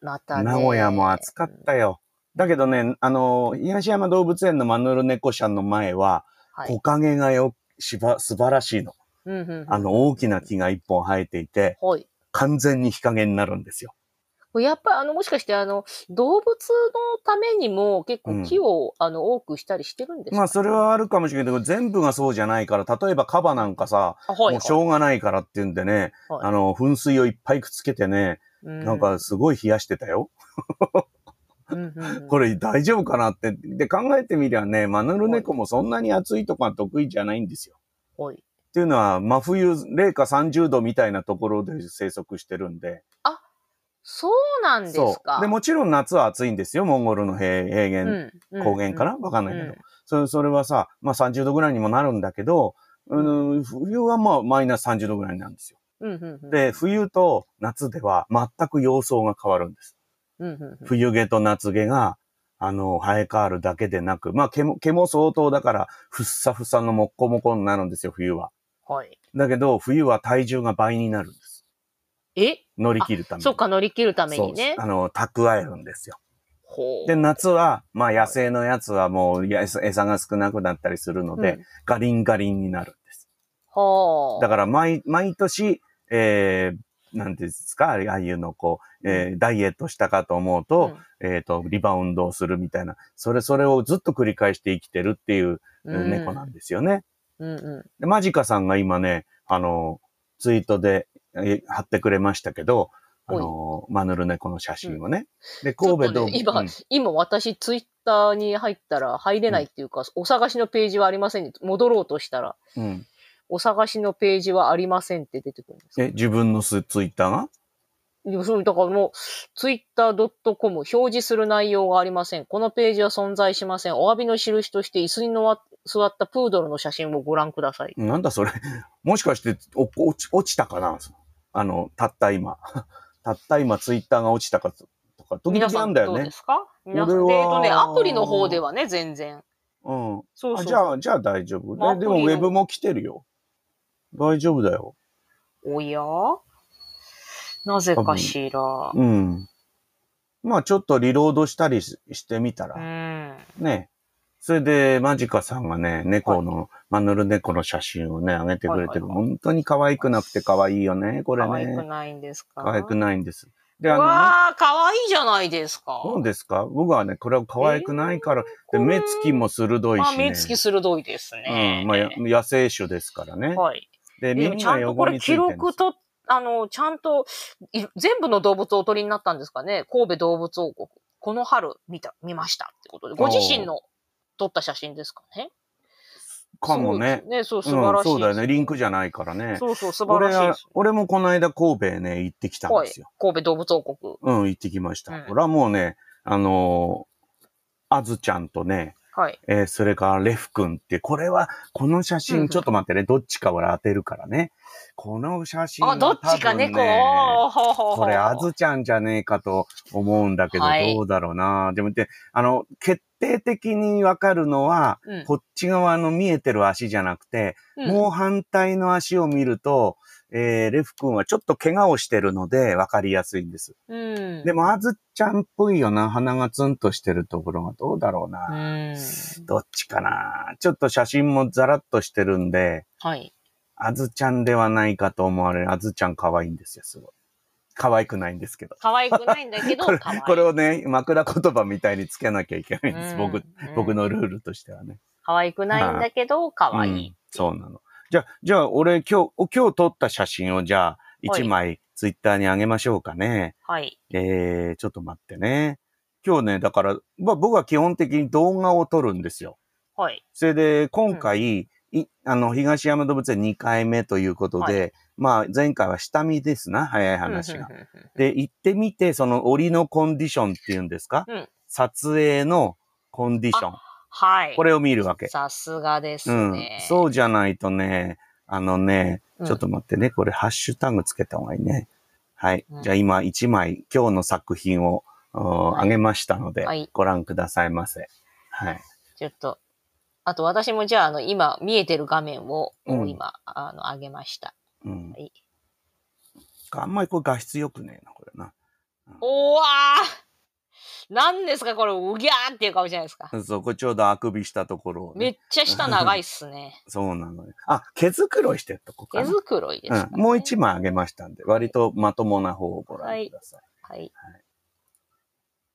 [SPEAKER 1] またね。
[SPEAKER 2] 名古屋も暑かったよ。だけどね、あの、東山動物園のマヌルネコちゃんの前は、
[SPEAKER 1] はい。
[SPEAKER 2] 木陰がよ、しば、素晴らしいの。
[SPEAKER 1] うんうんうん
[SPEAKER 2] あの、大きな木が一本生えていて、
[SPEAKER 1] はい。
[SPEAKER 2] 完全に日陰になるんですよ。
[SPEAKER 1] やっぱりあの、もしかしてあの、動物のためにも結
[SPEAKER 2] うん
[SPEAKER 1] 構木を、あの、多くしたりしてるんですか
[SPEAKER 2] まあ、それはあるかもしれないけど、全部がそうじゃないから、例えばカバなんかさ、
[SPEAKER 1] あ、はい
[SPEAKER 2] もうしょうがないからっていうんでね、
[SPEAKER 1] はい
[SPEAKER 2] あの、噴水をいっぱいくっつけてね、なん、かすごい冷やしてたよ。こ
[SPEAKER 1] れ、
[SPEAKER 2] れ大丈夫かなって。で、考えてみりゃね、マヌルネコもそんなに暑いとか得意じゃないんですよ。
[SPEAKER 1] はい。
[SPEAKER 2] っていうのは、真冬、零下30度みたいなところで生息してるんで。
[SPEAKER 1] そうなんですか。
[SPEAKER 2] で、もちろん夏は暑いんですよ、モンゴルの平平
[SPEAKER 1] う
[SPEAKER 2] 原、
[SPEAKER 1] ん、うん
[SPEAKER 2] 高原かなわかん
[SPEAKER 1] う
[SPEAKER 2] ない
[SPEAKER 1] ん
[SPEAKER 2] けど。
[SPEAKER 1] うん
[SPEAKER 2] それ、それはさ、まあ30度ぐらいにもなるんだけど、うん、冬はまあマイナス30度ぐらいなんですよ。
[SPEAKER 1] うんうんうん
[SPEAKER 2] で、冬と夏では全く様相が変わるんです。
[SPEAKER 1] うんうんうん
[SPEAKER 2] 冬毛と夏毛が、あの、生え変わるだけでなく、まあ毛も、毛も相当だから、ふっさふさのもっこもこになるんですよ、冬は。
[SPEAKER 1] はい。
[SPEAKER 2] だけど、冬は体重が倍になるんです。
[SPEAKER 1] え
[SPEAKER 2] 乗り切るために。
[SPEAKER 1] そうか、乗り切るためにね
[SPEAKER 2] そう。あの、蓄えるんですよ。
[SPEAKER 1] ほう
[SPEAKER 2] で、夏は、まあ野生のやつはもうや餌が少なくなったりするので、
[SPEAKER 1] うん
[SPEAKER 2] ガリンガリンになるんです。
[SPEAKER 1] はあ。
[SPEAKER 2] だ
[SPEAKER 1] か
[SPEAKER 2] から毎、毎年、えー、なんていうんですか、ああいうのこう、えーダイエットしたかと思うと、えっ、と、リバウンドをするみたいな、それ、それをずっと繰り返して生きてるっていううん猫なんですよね。
[SPEAKER 1] うんう
[SPEAKER 2] でマジカさんが今ね、あの、ツイートで、えー貼ってくれましたけど、あの、マヌルネコの写真をね。で、神戸
[SPEAKER 1] ちょっ
[SPEAKER 2] 動
[SPEAKER 1] と
[SPEAKER 2] 物、
[SPEAKER 1] ね今
[SPEAKER 2] うん
[SPEAKER 1] ん。今私、ツイッターに入ったら入れないっていうか、お探しのページはありません、ね。戻ろうとしたら、
[SPEAKER 2] うん
[SPEAKER 1] お探しのページはありませんって出てくるんです
[SPEAKER 2] え、自分のスツイッターが
[SPEAKER 1] でもそう、だからもう、twitter.com 表示する内容がありません。このページは存在しません。お詫びの印として椅子にのわ座ったプードルの写真をご覧ください。
[SPEAKER 2] なんだそれ。もしかして、お落ち、落ちたかなあの、たった今。 たった今、ツイッターが落ちたかとか、時
[SPEAKER 1] 皆
[SPEAKER 2] 々
[SPEAKER 1] さ
[SPEAKER 2] なんんだ
[SPEAKER 1] ど
[SPEAKER 2] よ
[SPEAKER 1] う
[SPEAKER 2] ね
[SPEAKER 1] で。すか皆さん。で、
[SPEAKER 2] 俺は
[SPEAKER 1] えっとね、アプリの方ではね、全然。
[SPEAKER 2] うん。
[SPEAKER 1] そうそ
[SPEAKER 2] あ
[SPEAKER 1] う。
[SPEAKER 2] じゃあ、じゃあ大丈夫。
[SPEAKER 1] アプ
[SPEAKER 2] で
[SPEAKER 1] リの
[SPEAKER 2] でも、ウェブも来てるよ。大丈夫だよ。
[SPEAKER 1] おやなぜかしら。
[SPEAKER 2] うん。まあ、ちょっとリロードしたりししてみた
[SPEAKER 1] う
[SPEAKER 2] ら、
[SPEAKER 1] ん。
[SPEAKER 2] ね。それで、マジカさんがね、猫の、マヌル猫の写真をね、あげてくれてる。
[SPEAKER 1] はいはいは
[SPEAKER 2] 本当に可愛くなくて可愛いよね、これ
[SPEAKER 1] 可愛く
[SPEAKER 2] ね。
[SPEAKER 1] ないんですか
[SPEAKER 2] 可愛く
[SPEAKER 1] い。
[SPEAKER 2] ないんです。で、あの、
[SPEAKER 1] わあ、可愛いじゃないですか。
[SPEAKER 2] そうですか僕はね、これは可愛くないから、
[SPEAKER 1] えー
[SPEAKER 2] で
[SPEAKER 1] これ
[SPEAKER 2] 目つきも鋭い
[SPEAKER 1] ま
[SPEAKER 2] し、
[SPEAKER 1] あ、
[SPEAKER 2] ね。
[SPEAKER 1] 目つき鋭いですね。
[SPEAKER 2] うん。まあ、や野生種ですからね。
[SPEAKER 1] はい。
[SPEAKER 2] で、
[SPEAKER 1] で
[SPEAKER 2] み
[SPEAKER 1] も
[SPEAKER 2] ん
[SPEAKER 1] ちゃ
[SPEAKER 2] なん
[SPEAKER 1] とこ
[SPEAKER 2] 横
[SPEAKER 1] れ
[SPEAKER 2] について
[SPEAKER 1] 記
[SPEAKER 2] るんです
[SPEAKER 1] 録と、あの、ちゃんとい、全部の動物をお取りになったんですかね神戸動物王国。この春見た、見ましたってことで。ご自身の撮った写真ですかね
[SPEAKER 2] かもね
[SPEAKER 1] す。ごいですね、そう、
[SPEAKER 2] う
[SPEAKER 1] 素晴ら
[SPEAKER 2] ん、
[SPEAKER 1] しい。
[SPEAKER 2] そうだよね。リンクじゃないからね。
[SPEAKER 1] そうそう、素晴ら
[SPEAKER 2] 俺
[SPEAKER 1] しいで
[SPEAKER 2] は
[SPEAKER 1] す。
[SPEAKER 2] 俺もこの間神戸へね、行ってきたん
[SPEAKER 1] は
[SPEAKER 2] で
[SPEAKER 1] い
[SPEAKER 2] すよ。。
[SPEAKER 1] 神戸動物王国。
[SPEAKER 2] うん、行ってきました。
[SPEAKER 1] うん
[SPEAKER 2] これはもうね、あのーあずちゃんとね、
[SPEAKER 1] はい。
[SPEAKER 2] えーそれからレフ君って、これは、この写真、
[SPEAKER 1] うん
[SPEAKER 2] ちょっと待ってね、どっちか俺当てるからね。この写真は
[SPEAKER 1] あ、どっちか
[SPEAKER 2] 多分
[SPEAKER 1] 猫。おーほうほうほう
[SPEAKER 2] これ、あずちゃんじゃねえかと思うんだけど、
[SPEAKER 1] はい
[SPEAKER 2] どうだろうな。でもで、あの、決定的にわかるのは、
[SPEAKER 1] うん
[SPEAKER 2] こっち側の見えてる足じゃなくて、
[SPEAKER 1] うん
[SPEAKER 2] もう反対の足を見ると、えー、レフ君はちょっと怪我をしてるので、わかりやすいんです。
[SPEAKER 1] うん。
[SPEAKER 2] でも、あずちゃんっぽいよな。鼻がツンとしてるところがどうだろう
[SPEAKER 1] う
[SPEAKER 2] な。
[SPEAKER 1] ん。
[SPEAKER 2] どっちかな。ちょっと写真もザラッとしてるんで、
[SPEAKER 1] はい。
[SPEAKER 2] あずちゃんではないかと思われる。あずちゃん可愛いんですよ、すごい。可愛くないんですけど。
[SPEAKER 1] 可愛くないんだけど、
[SPEAKER 2] これ
[SPEAKER 1] 可愛い
[SPEAKER 2] これをね、枕言葉みたいにつけなきゃいけないんです。
[SPEAKER 1] うん
[SPEAKER 2] 僕、
[SPEAKER 1] うん
[SPEAKER 2] 僕のルールとしてはね。
[SPEAKER 1] 可愛くないんだけど、可愛
[SPEAKER 2] う
[SPEAKER 1] い
[SPEAKER 2] ん。そうなの。じゃあ、じゃあ、俺今日、お今日撮った写真をじゃあ、
[SPEAKER 1] はい
[SPEAKER 2] 一枚ツイッターにあげましょうかね。
[SPEAKER 1] はい。
[SPEAKER 2] えー、ちょっと待ってね。今日ね、だから、まあ、僕は基本的に動画を撮るんですよ。
[SPEAKER 1] はい。
[SPEAKER 2] それで、今回、いあの、東山動物園2回目ということで、
[SPEAKER 1] は
[SPEAKER 2] まあ、前回は下見ですな、早い話が。
[SPEAKER 1] うんうんうんうん
[SPEAKER 2] で、行ってみて、その檻のコンディションっていうんですか、
[SPEAKER 1] うん
[SPEAKER 2] 撮影のコンディション。
[SPEAKER 1] はい。
[SPEAKER 2] これを見るわけ。
[SPEAKER 1] さすがです
[SPEAKER 2] うん
[SPEAKER 1] ね。。
[SPEAKER 2] そうじゃないとね、あのね、
[SPEAKER 1] うん
[SPEAKER 2] ちょっと待ってね、これハッシュタグつけた方がいいね。はい。
[SPEAKER 1] うん
[SPEAKER 2] じゃあ今1枚、今日の作品を、お
[SPEAKER 1] はい
[SPEAKER 2] あげましたので、
[SPEAKER 1] はい
[SPEAKER 2] ご覧くださいませ。はい。
[SPEAKER 1] ちょっと、あと私もじゃあ、あの、今、見えてる画面を、
[SPEAKER 2] うん
[SPEAKER 1] 今、あの、上げました。
[SPEAKER 2] うん
[SPEAKER 1] はい。
[SPEAKER 2] あんまりこれ画質良くねえな、これな。
[SPEAKER 1] おわー何ですかこれ、うぎゃーっていう顔じゃないですか。
[SPEAKER 2] そう、これちょうどあくびしたところをね、
[SPEAKER 1] めっちゃ下長いっすね。
[SPEAKER 2] そうなのよ。あ、毛づくろいしてるとこか
[SPEAKER 1] 毛
[SPEAKER 2] な。
[SPEAKER 1] づくろいです、ね
[SPEAKER 2] うん、もう一枚あげましたんで、割とまともな方をご覧くださ
[SPEAKER 1] はい。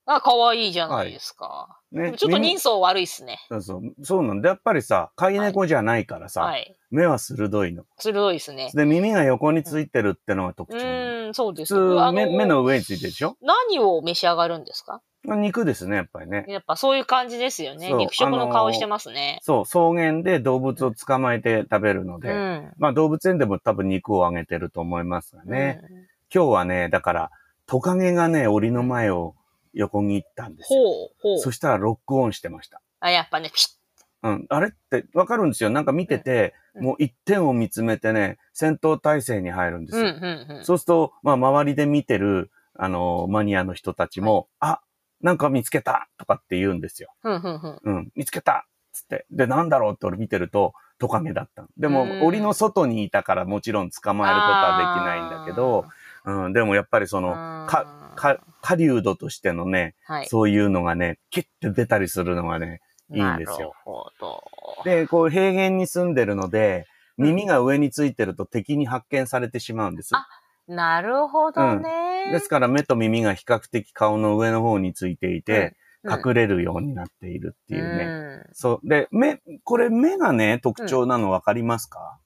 [SPEAKER 1] あ、可愛いじゃないですか。
[SPEAKER 2] い。
[SPEAKER 1] で
[SPEAKER 2] ね、
[SPEAKER 1] もちょっと
[SPEAKER 2] みん
[SPEAKER 1] 人相悪いっすね。
[SPEAKER 2] そうそう、そうなんで、やっぱりさ、飼い猫じゃないからさ、
[SPEAKER 1] はい。
[SPEAKER 2] 目は鋭いの。
[SPEAKER 1] 鋭いですね。
[SPEAKER 2] で、耳が横についてるってのが特
[SPEAKER 1] う
[SPEAKER 2] 徴なの。
[SPEAKER 1] ーん、そうで
[SPEAKER 2] 普
[SPEAKER 1] す。
[SPEAKER 2] 通
[SPEAKER 1] あ
[SPEAKER 2] 目、目の上についてるでしょ
[SPEAKER 1] 何を召し上がるんですか
[SPEAKER 2] 肉ですね、やっぱりね。
[SPEAKER 1] やっぱそういう感じですよね。
[SPEAKER 2] そう
[SPEAKER 1] 肉食の
[SPEAKER 2] あの
[SPEAKER 1] 顔
[SPEAKER 2] ー
[SPEAKER 1] してますね。
[SPEAKER 2] そう、草原で動物を捕まえて食べるので、
[SPEAKER 1] うん。
[SPEAKER 2] まあ動物園でも多分肉をあげてると思いますがね。
[SPEAKER 1] うん。
[SPEAKER 2] 今日はね、だから、トカゲがね、檻の前を横切ったんですよ。
[SPEAKER 1] ほう、ほう
[SPEAKER 2] そ。したらロックオンしてました。
[SPEAKER 1] あ、やっぱね、ピシ
[SPEAKER 2] うん、あれってわかるんですよ。なんか見てて、
[SPEAKER 1] うんうん
[SPEAKER 2] もう一点を見つめてね、戦闘態勢に入るんで
[SPEAKER 1] ッ。う
[SPEAKER 2] す
[SPEAKER 1] ん、
[SPEAKER 2] よ。
[SPEAKER 1] うん、うん。
[SPEAKER 2] そうすると、まあ、周りで見てる、あの、マニアの人たちも、あ、なんか見つけたとかって言うんですよ。
[SPEAKER 1] うん、うん、うん。
[SPEAKER 2] うん、見つけたっつって。で、なんだろうって俺見てると、トカゲだったの。でも、
[SPEAKER 1] うん
[SPEAKER 2] 檻の外にいたからもちろん捕まえることはできないんだけど、うん、でもやっぱりそ
[SPEAKER 1] あー、
[SPEAKER 2] の、
[SPEAKER 1] か
[SPEAKER 2] か、狩人としてのね、
[SPEAKER 1] はい。
[SPEAKER 2] そういうのがね、キュッて出たりするのがね、いいんですよ
[SPEAKER 1] なるほど。
[SPEAKER 2] で、こう平原に住んでるので、耳が上についてると敵に発見されてしまうんです。
[SPEAKER 1] あなるほどね。
[SPEAKER 2] ですから目と耳が比較的顔の上の方についていて、
[SPEAKER 1] うん
[SPEAKER 2] 隠れるようになっているっていうね。
[SPEAKER 1] ね。
[SPEAKER 2] そう。で、目、これ目がね、特徴なの分かりますか、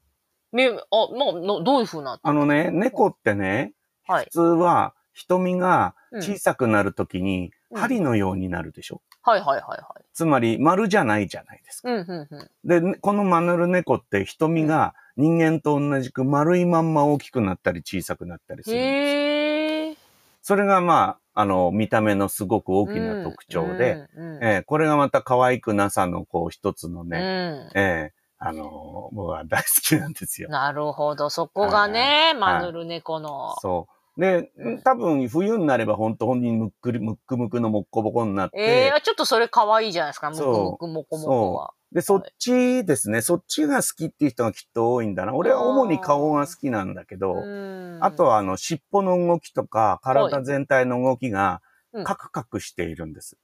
[SPEAKER 1] 目、あ、もう、のどういう風な。
[SPEAKER 2] あのね、猫ってね、
[SPEAKER 1] はい
[SPEAKER 2] 普。通は瞳が
[SPEAKER 1] うん
[SPEAKER 2] 小さくなるときに
[SPEAKER 1] うん
[SPEAKER 2] 針のようになるでしょ、
[SPEAKER 1] はいはいはいはい。
[SPEAKER 2] つまり丸じゃないじゃないですか。
[SPEAKER 1] うん、うん、うん。
[SPEAKER 2] で、ねこのマヌル猫って瞳が人間と同じく丸いまんま大きくなったり小さくなったりするんですよ。
[SPEAKER 1] へえ。
[SPEAKER 2] それがまあ、あの、見た目のすごく大きな特徴で、
[SPEAKER 1] うん、うんうん
[SPEAKER 2] ええこれがまた可愛くなさの、こう、一つのね、
[SPEAKER 1] うん
[SPEAKER 2] ええあのー僕は大好きなんですよ。
[SPEAKER 1] なるほど。そこがね、マヌル猫の。
[SPEAKER 2] そう。で、多分冬になれば本当本人むっくり、むっくむくのもっこぼこになって、
[SPEAKER 1] ええちょっとそれ可愛いじゃないですか。むく
[SPEAKER 2] そう
[SPEAKER 1] むくもこもこは。
[SPEAKER 2] で、そっちですね、そっちが好きっていう人がきっと多いんだな。俺は主に顔が好きなんだけど、あと
[SPEAKER 1] は、
[SPEAKER 2] はあの、尻尾の動きとか、体全体の動きが
[SPEAKER 1] う、ん
[SPEAKER 2] カクカクしているんです。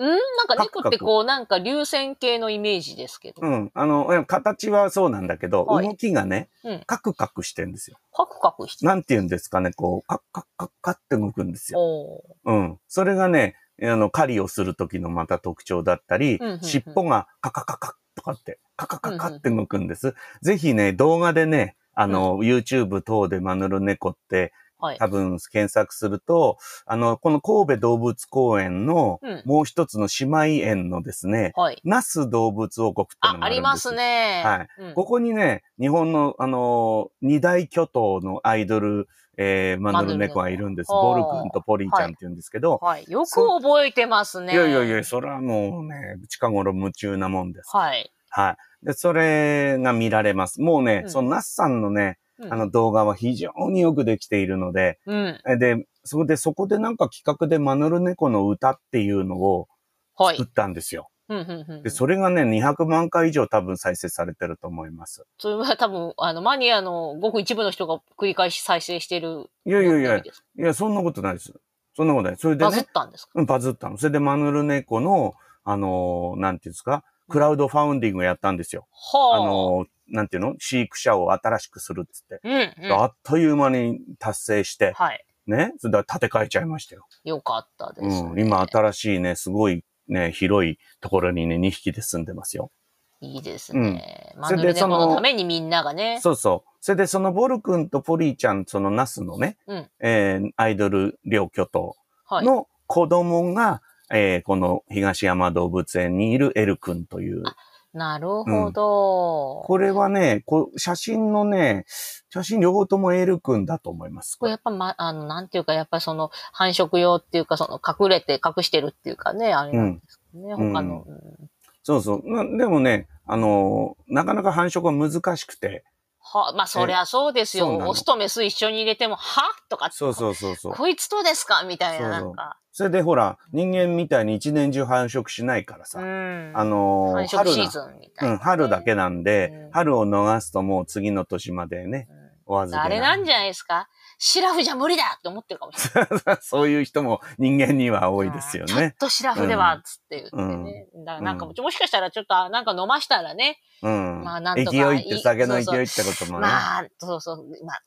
[SPEAKER 1] うんなんか猫ってこう、なんか流線形のイメージですけど。
[SPEAKER 2] うん。あの、いや形はそうなんだけど、
[SPEAKER 1] はい
[SPEAKER 2] 動きがね
[SPEAKER 1] うん、
[SPEAKER 2] カクカクしてるんですよ。
[SPEAKER 1] カクカクしてる。
[SPEAKER 2] なんて言うんですかね、こう、カッカッカッカッって動くんですよ。
[SPEAKER 1] おー
[SPEAKER 2] うん。それがね、あの、狩りをする時のまた特徴だったり、
[SPEAKER 1] うんうんうん
[SPEAKER 2] 尻尾がカカカカッとかって、カカカカって動くんです。ぜひね、動画でね、あの、YouTube 等でマヌルネコって
[SPEAKER 1] はい。
[SPEAKER 2] 多分検索すると、あの、この神戸動物公園の
[SPEAKER 1] うん。
[SPEAKER 2] もう一つの姉妹園のですね、
[SPEAKER 1] はい。
[SPEAKER 2] ナス動物王国っていう
[SPEAKER 1] あ
[SPEAKER 2] の、があ
[SPEAKER 1] あ
[SPEAKER 2] るんです
[SPEAKER 1] りますね。
[SPEAKER 2] はい
[SPEAKER 1] うん。
[SPEAKER 2] ここにね、日本の、あのー二大巨頭のアイドル、えー、マヌルネコがいるんです。ボ
[SPEAKER 1] マヌ
[SPEAKER 2] ル
[SPEAKER 1] ルネコ
[SPEAKER 2] 君とポリンちゃんって言うんですけど、
[SPEAKER 1] はい。よく
[SPEAKER 2] そ
[SPEAKER 1] 覚えてますね。
[SPEAKER 2] いやいやいや、それはもうね、近頃夢中なもんです。
[SPEAKER 1] はい。
[SPEAKER 2] はい。で、それが見られます。もうね、
[SPEAKER 1] うん
[SPEAKER 2] そのナスさんのね、
[SPEAKER 1] うん
[SPEAKER 2] あの動画は非常によくできているので、
[SPEAKER 1] うん。
[SPEAKER 2] えで、そこで、そこでなんか企画でマヌルネコの歌っていうのを
[SPEAKER 1] はい
[SPEAKER 2] 作っ。たんですよ。
[SPEAKER 1] うんうんうん。
[SPEAKER 2] で、それがね、200万回以上多分再生されてると思います。
[SPEAKER 1] それは多分、あの、マニアのごく一部の人が繰り返し再生してる。
[SPEAKER 2] いやいやいや、
[SPEAKER 1] のです
[SPEAKER 2] いや、そんなことないです。そんなことない。それで
[SPEAKER 1] バズっ
[SPEAKER 2] ね、
[SPEAKER 1] たんですか
[SPEAKER 2] うんバズったの。それでマヌルネコの、あのーなんていうんですか、クラウドファウンディングをやったんですよ。あ
[SPEAKER 1] は
[SPEAKER 2] のーなんていうの飼育者を新しくするっつって。
[SPEAKER 1] あ。うん、うん。
[SPEAKER 2] あっという間に達成して、
[SPEAKER 1] はい。
[SPEAKER 2] ね。それで立て替えちゃいましたよ。
[SPEAKER 1] よかったです、ね
[SPEAKER 2] うん。今、新しいね、すごいね、広いところにね、2匹で住んでますよ。
[SPEAKER 1] いいですね。マ
[SPEAKER 2] そ
[SPEAKER 1] ヌ
[SPEAKER 2] れ
[SPEAKER 1] ル
[SPEAKER 2] で
[SPEAKER 1] ネコ
[SPEAKER 2] その
[SPEAKER 1] のためにみんながね。
[SPEAKER 2] そうそう。それで、そのボル君とポリーちゃん、そのナスのね、
[SPEAKER 1] うん
[SPEAKER 2] えーアイドル両巨頭
[SPEAKER 1] はい。
[SPEAKER 2] の子供が、えーこの東山動物園にいるエル君という。
[SPEAKER 1] なるほど。こ
[SPEAKER 2] これはね、こう写真のね、写真両方ともエル君だと思います。
[SPEAKER 1] れやっぱ、ま、あの、なんていうか、やっぱりその、繁殖用っていうか、その、隠れて、隠してるっていうかね、あれなんですけどね、
[SPEAKER 2] うん
[SPEAKER 1] 他の、うん
[SPEAKER 2] そうそう。なでもね、あのーなかなか繁殖は難しくて。
[SPEAKER 1] は、まあ、そりゃそうです
[SPEAKER 2] そうな
[SPEAKER 1] よ。
[SPEAKER 2] の
[SPEAKER 1] オスとメス一緒に入れても、はとかって
[SPEAKER 2] そうそうそうそう。
[SPEAKER 1] こいつとですかみたいな、
[SPEAKER 2] そう
[SPEAKER 1] な
[SPEAKER 2] そうん
[SPEAKER 1] か。
[SPEAKER 2] それでほら、人間みたいに一年中繁殖しないからさ、
[SPEAKER 1] ん。
[SPEAKER 2] あの
[SPEAKER 1] 繁
[SPEAKER 2] ー
[SPEAKER 1] 殖
[SPEAKER 2] 春
[SPEAKER 1] シー
[SPEAKER 2] な
[SPEAKER 1] ズンみたいなね、
[SPEAKER 2] うん、春だけなんで、
[SPEAKER 1] うん
[SPEAKER 2] 春を逃すともう次の年までね、
[SPEAKER 1] うん
[SPEAKER 2] お預け
[SPEAKER 1] あれなんじゃないですかシラフじゃ無理だって思ってるかもしれない。
[SPEAKER 2] そういう人も人間には多いですよ
[SPEAKER 1] ちょっ
[SPEAKER 2] ね。
[SPEAKER 1] とシラフでは、つって言ってね。だからなんかも、もしかしたらちょっと、なんか飲ましたらね、
[SPEAKER 2] うん。
[SPEAKER 1] まあなん
[SPEAKER 2] 勢
[SPEAKER 1] とか
[SPEAKER 2] いって、酒の勢いってこともね。
[SPEAKER 1] まあ、そうそう、まあ、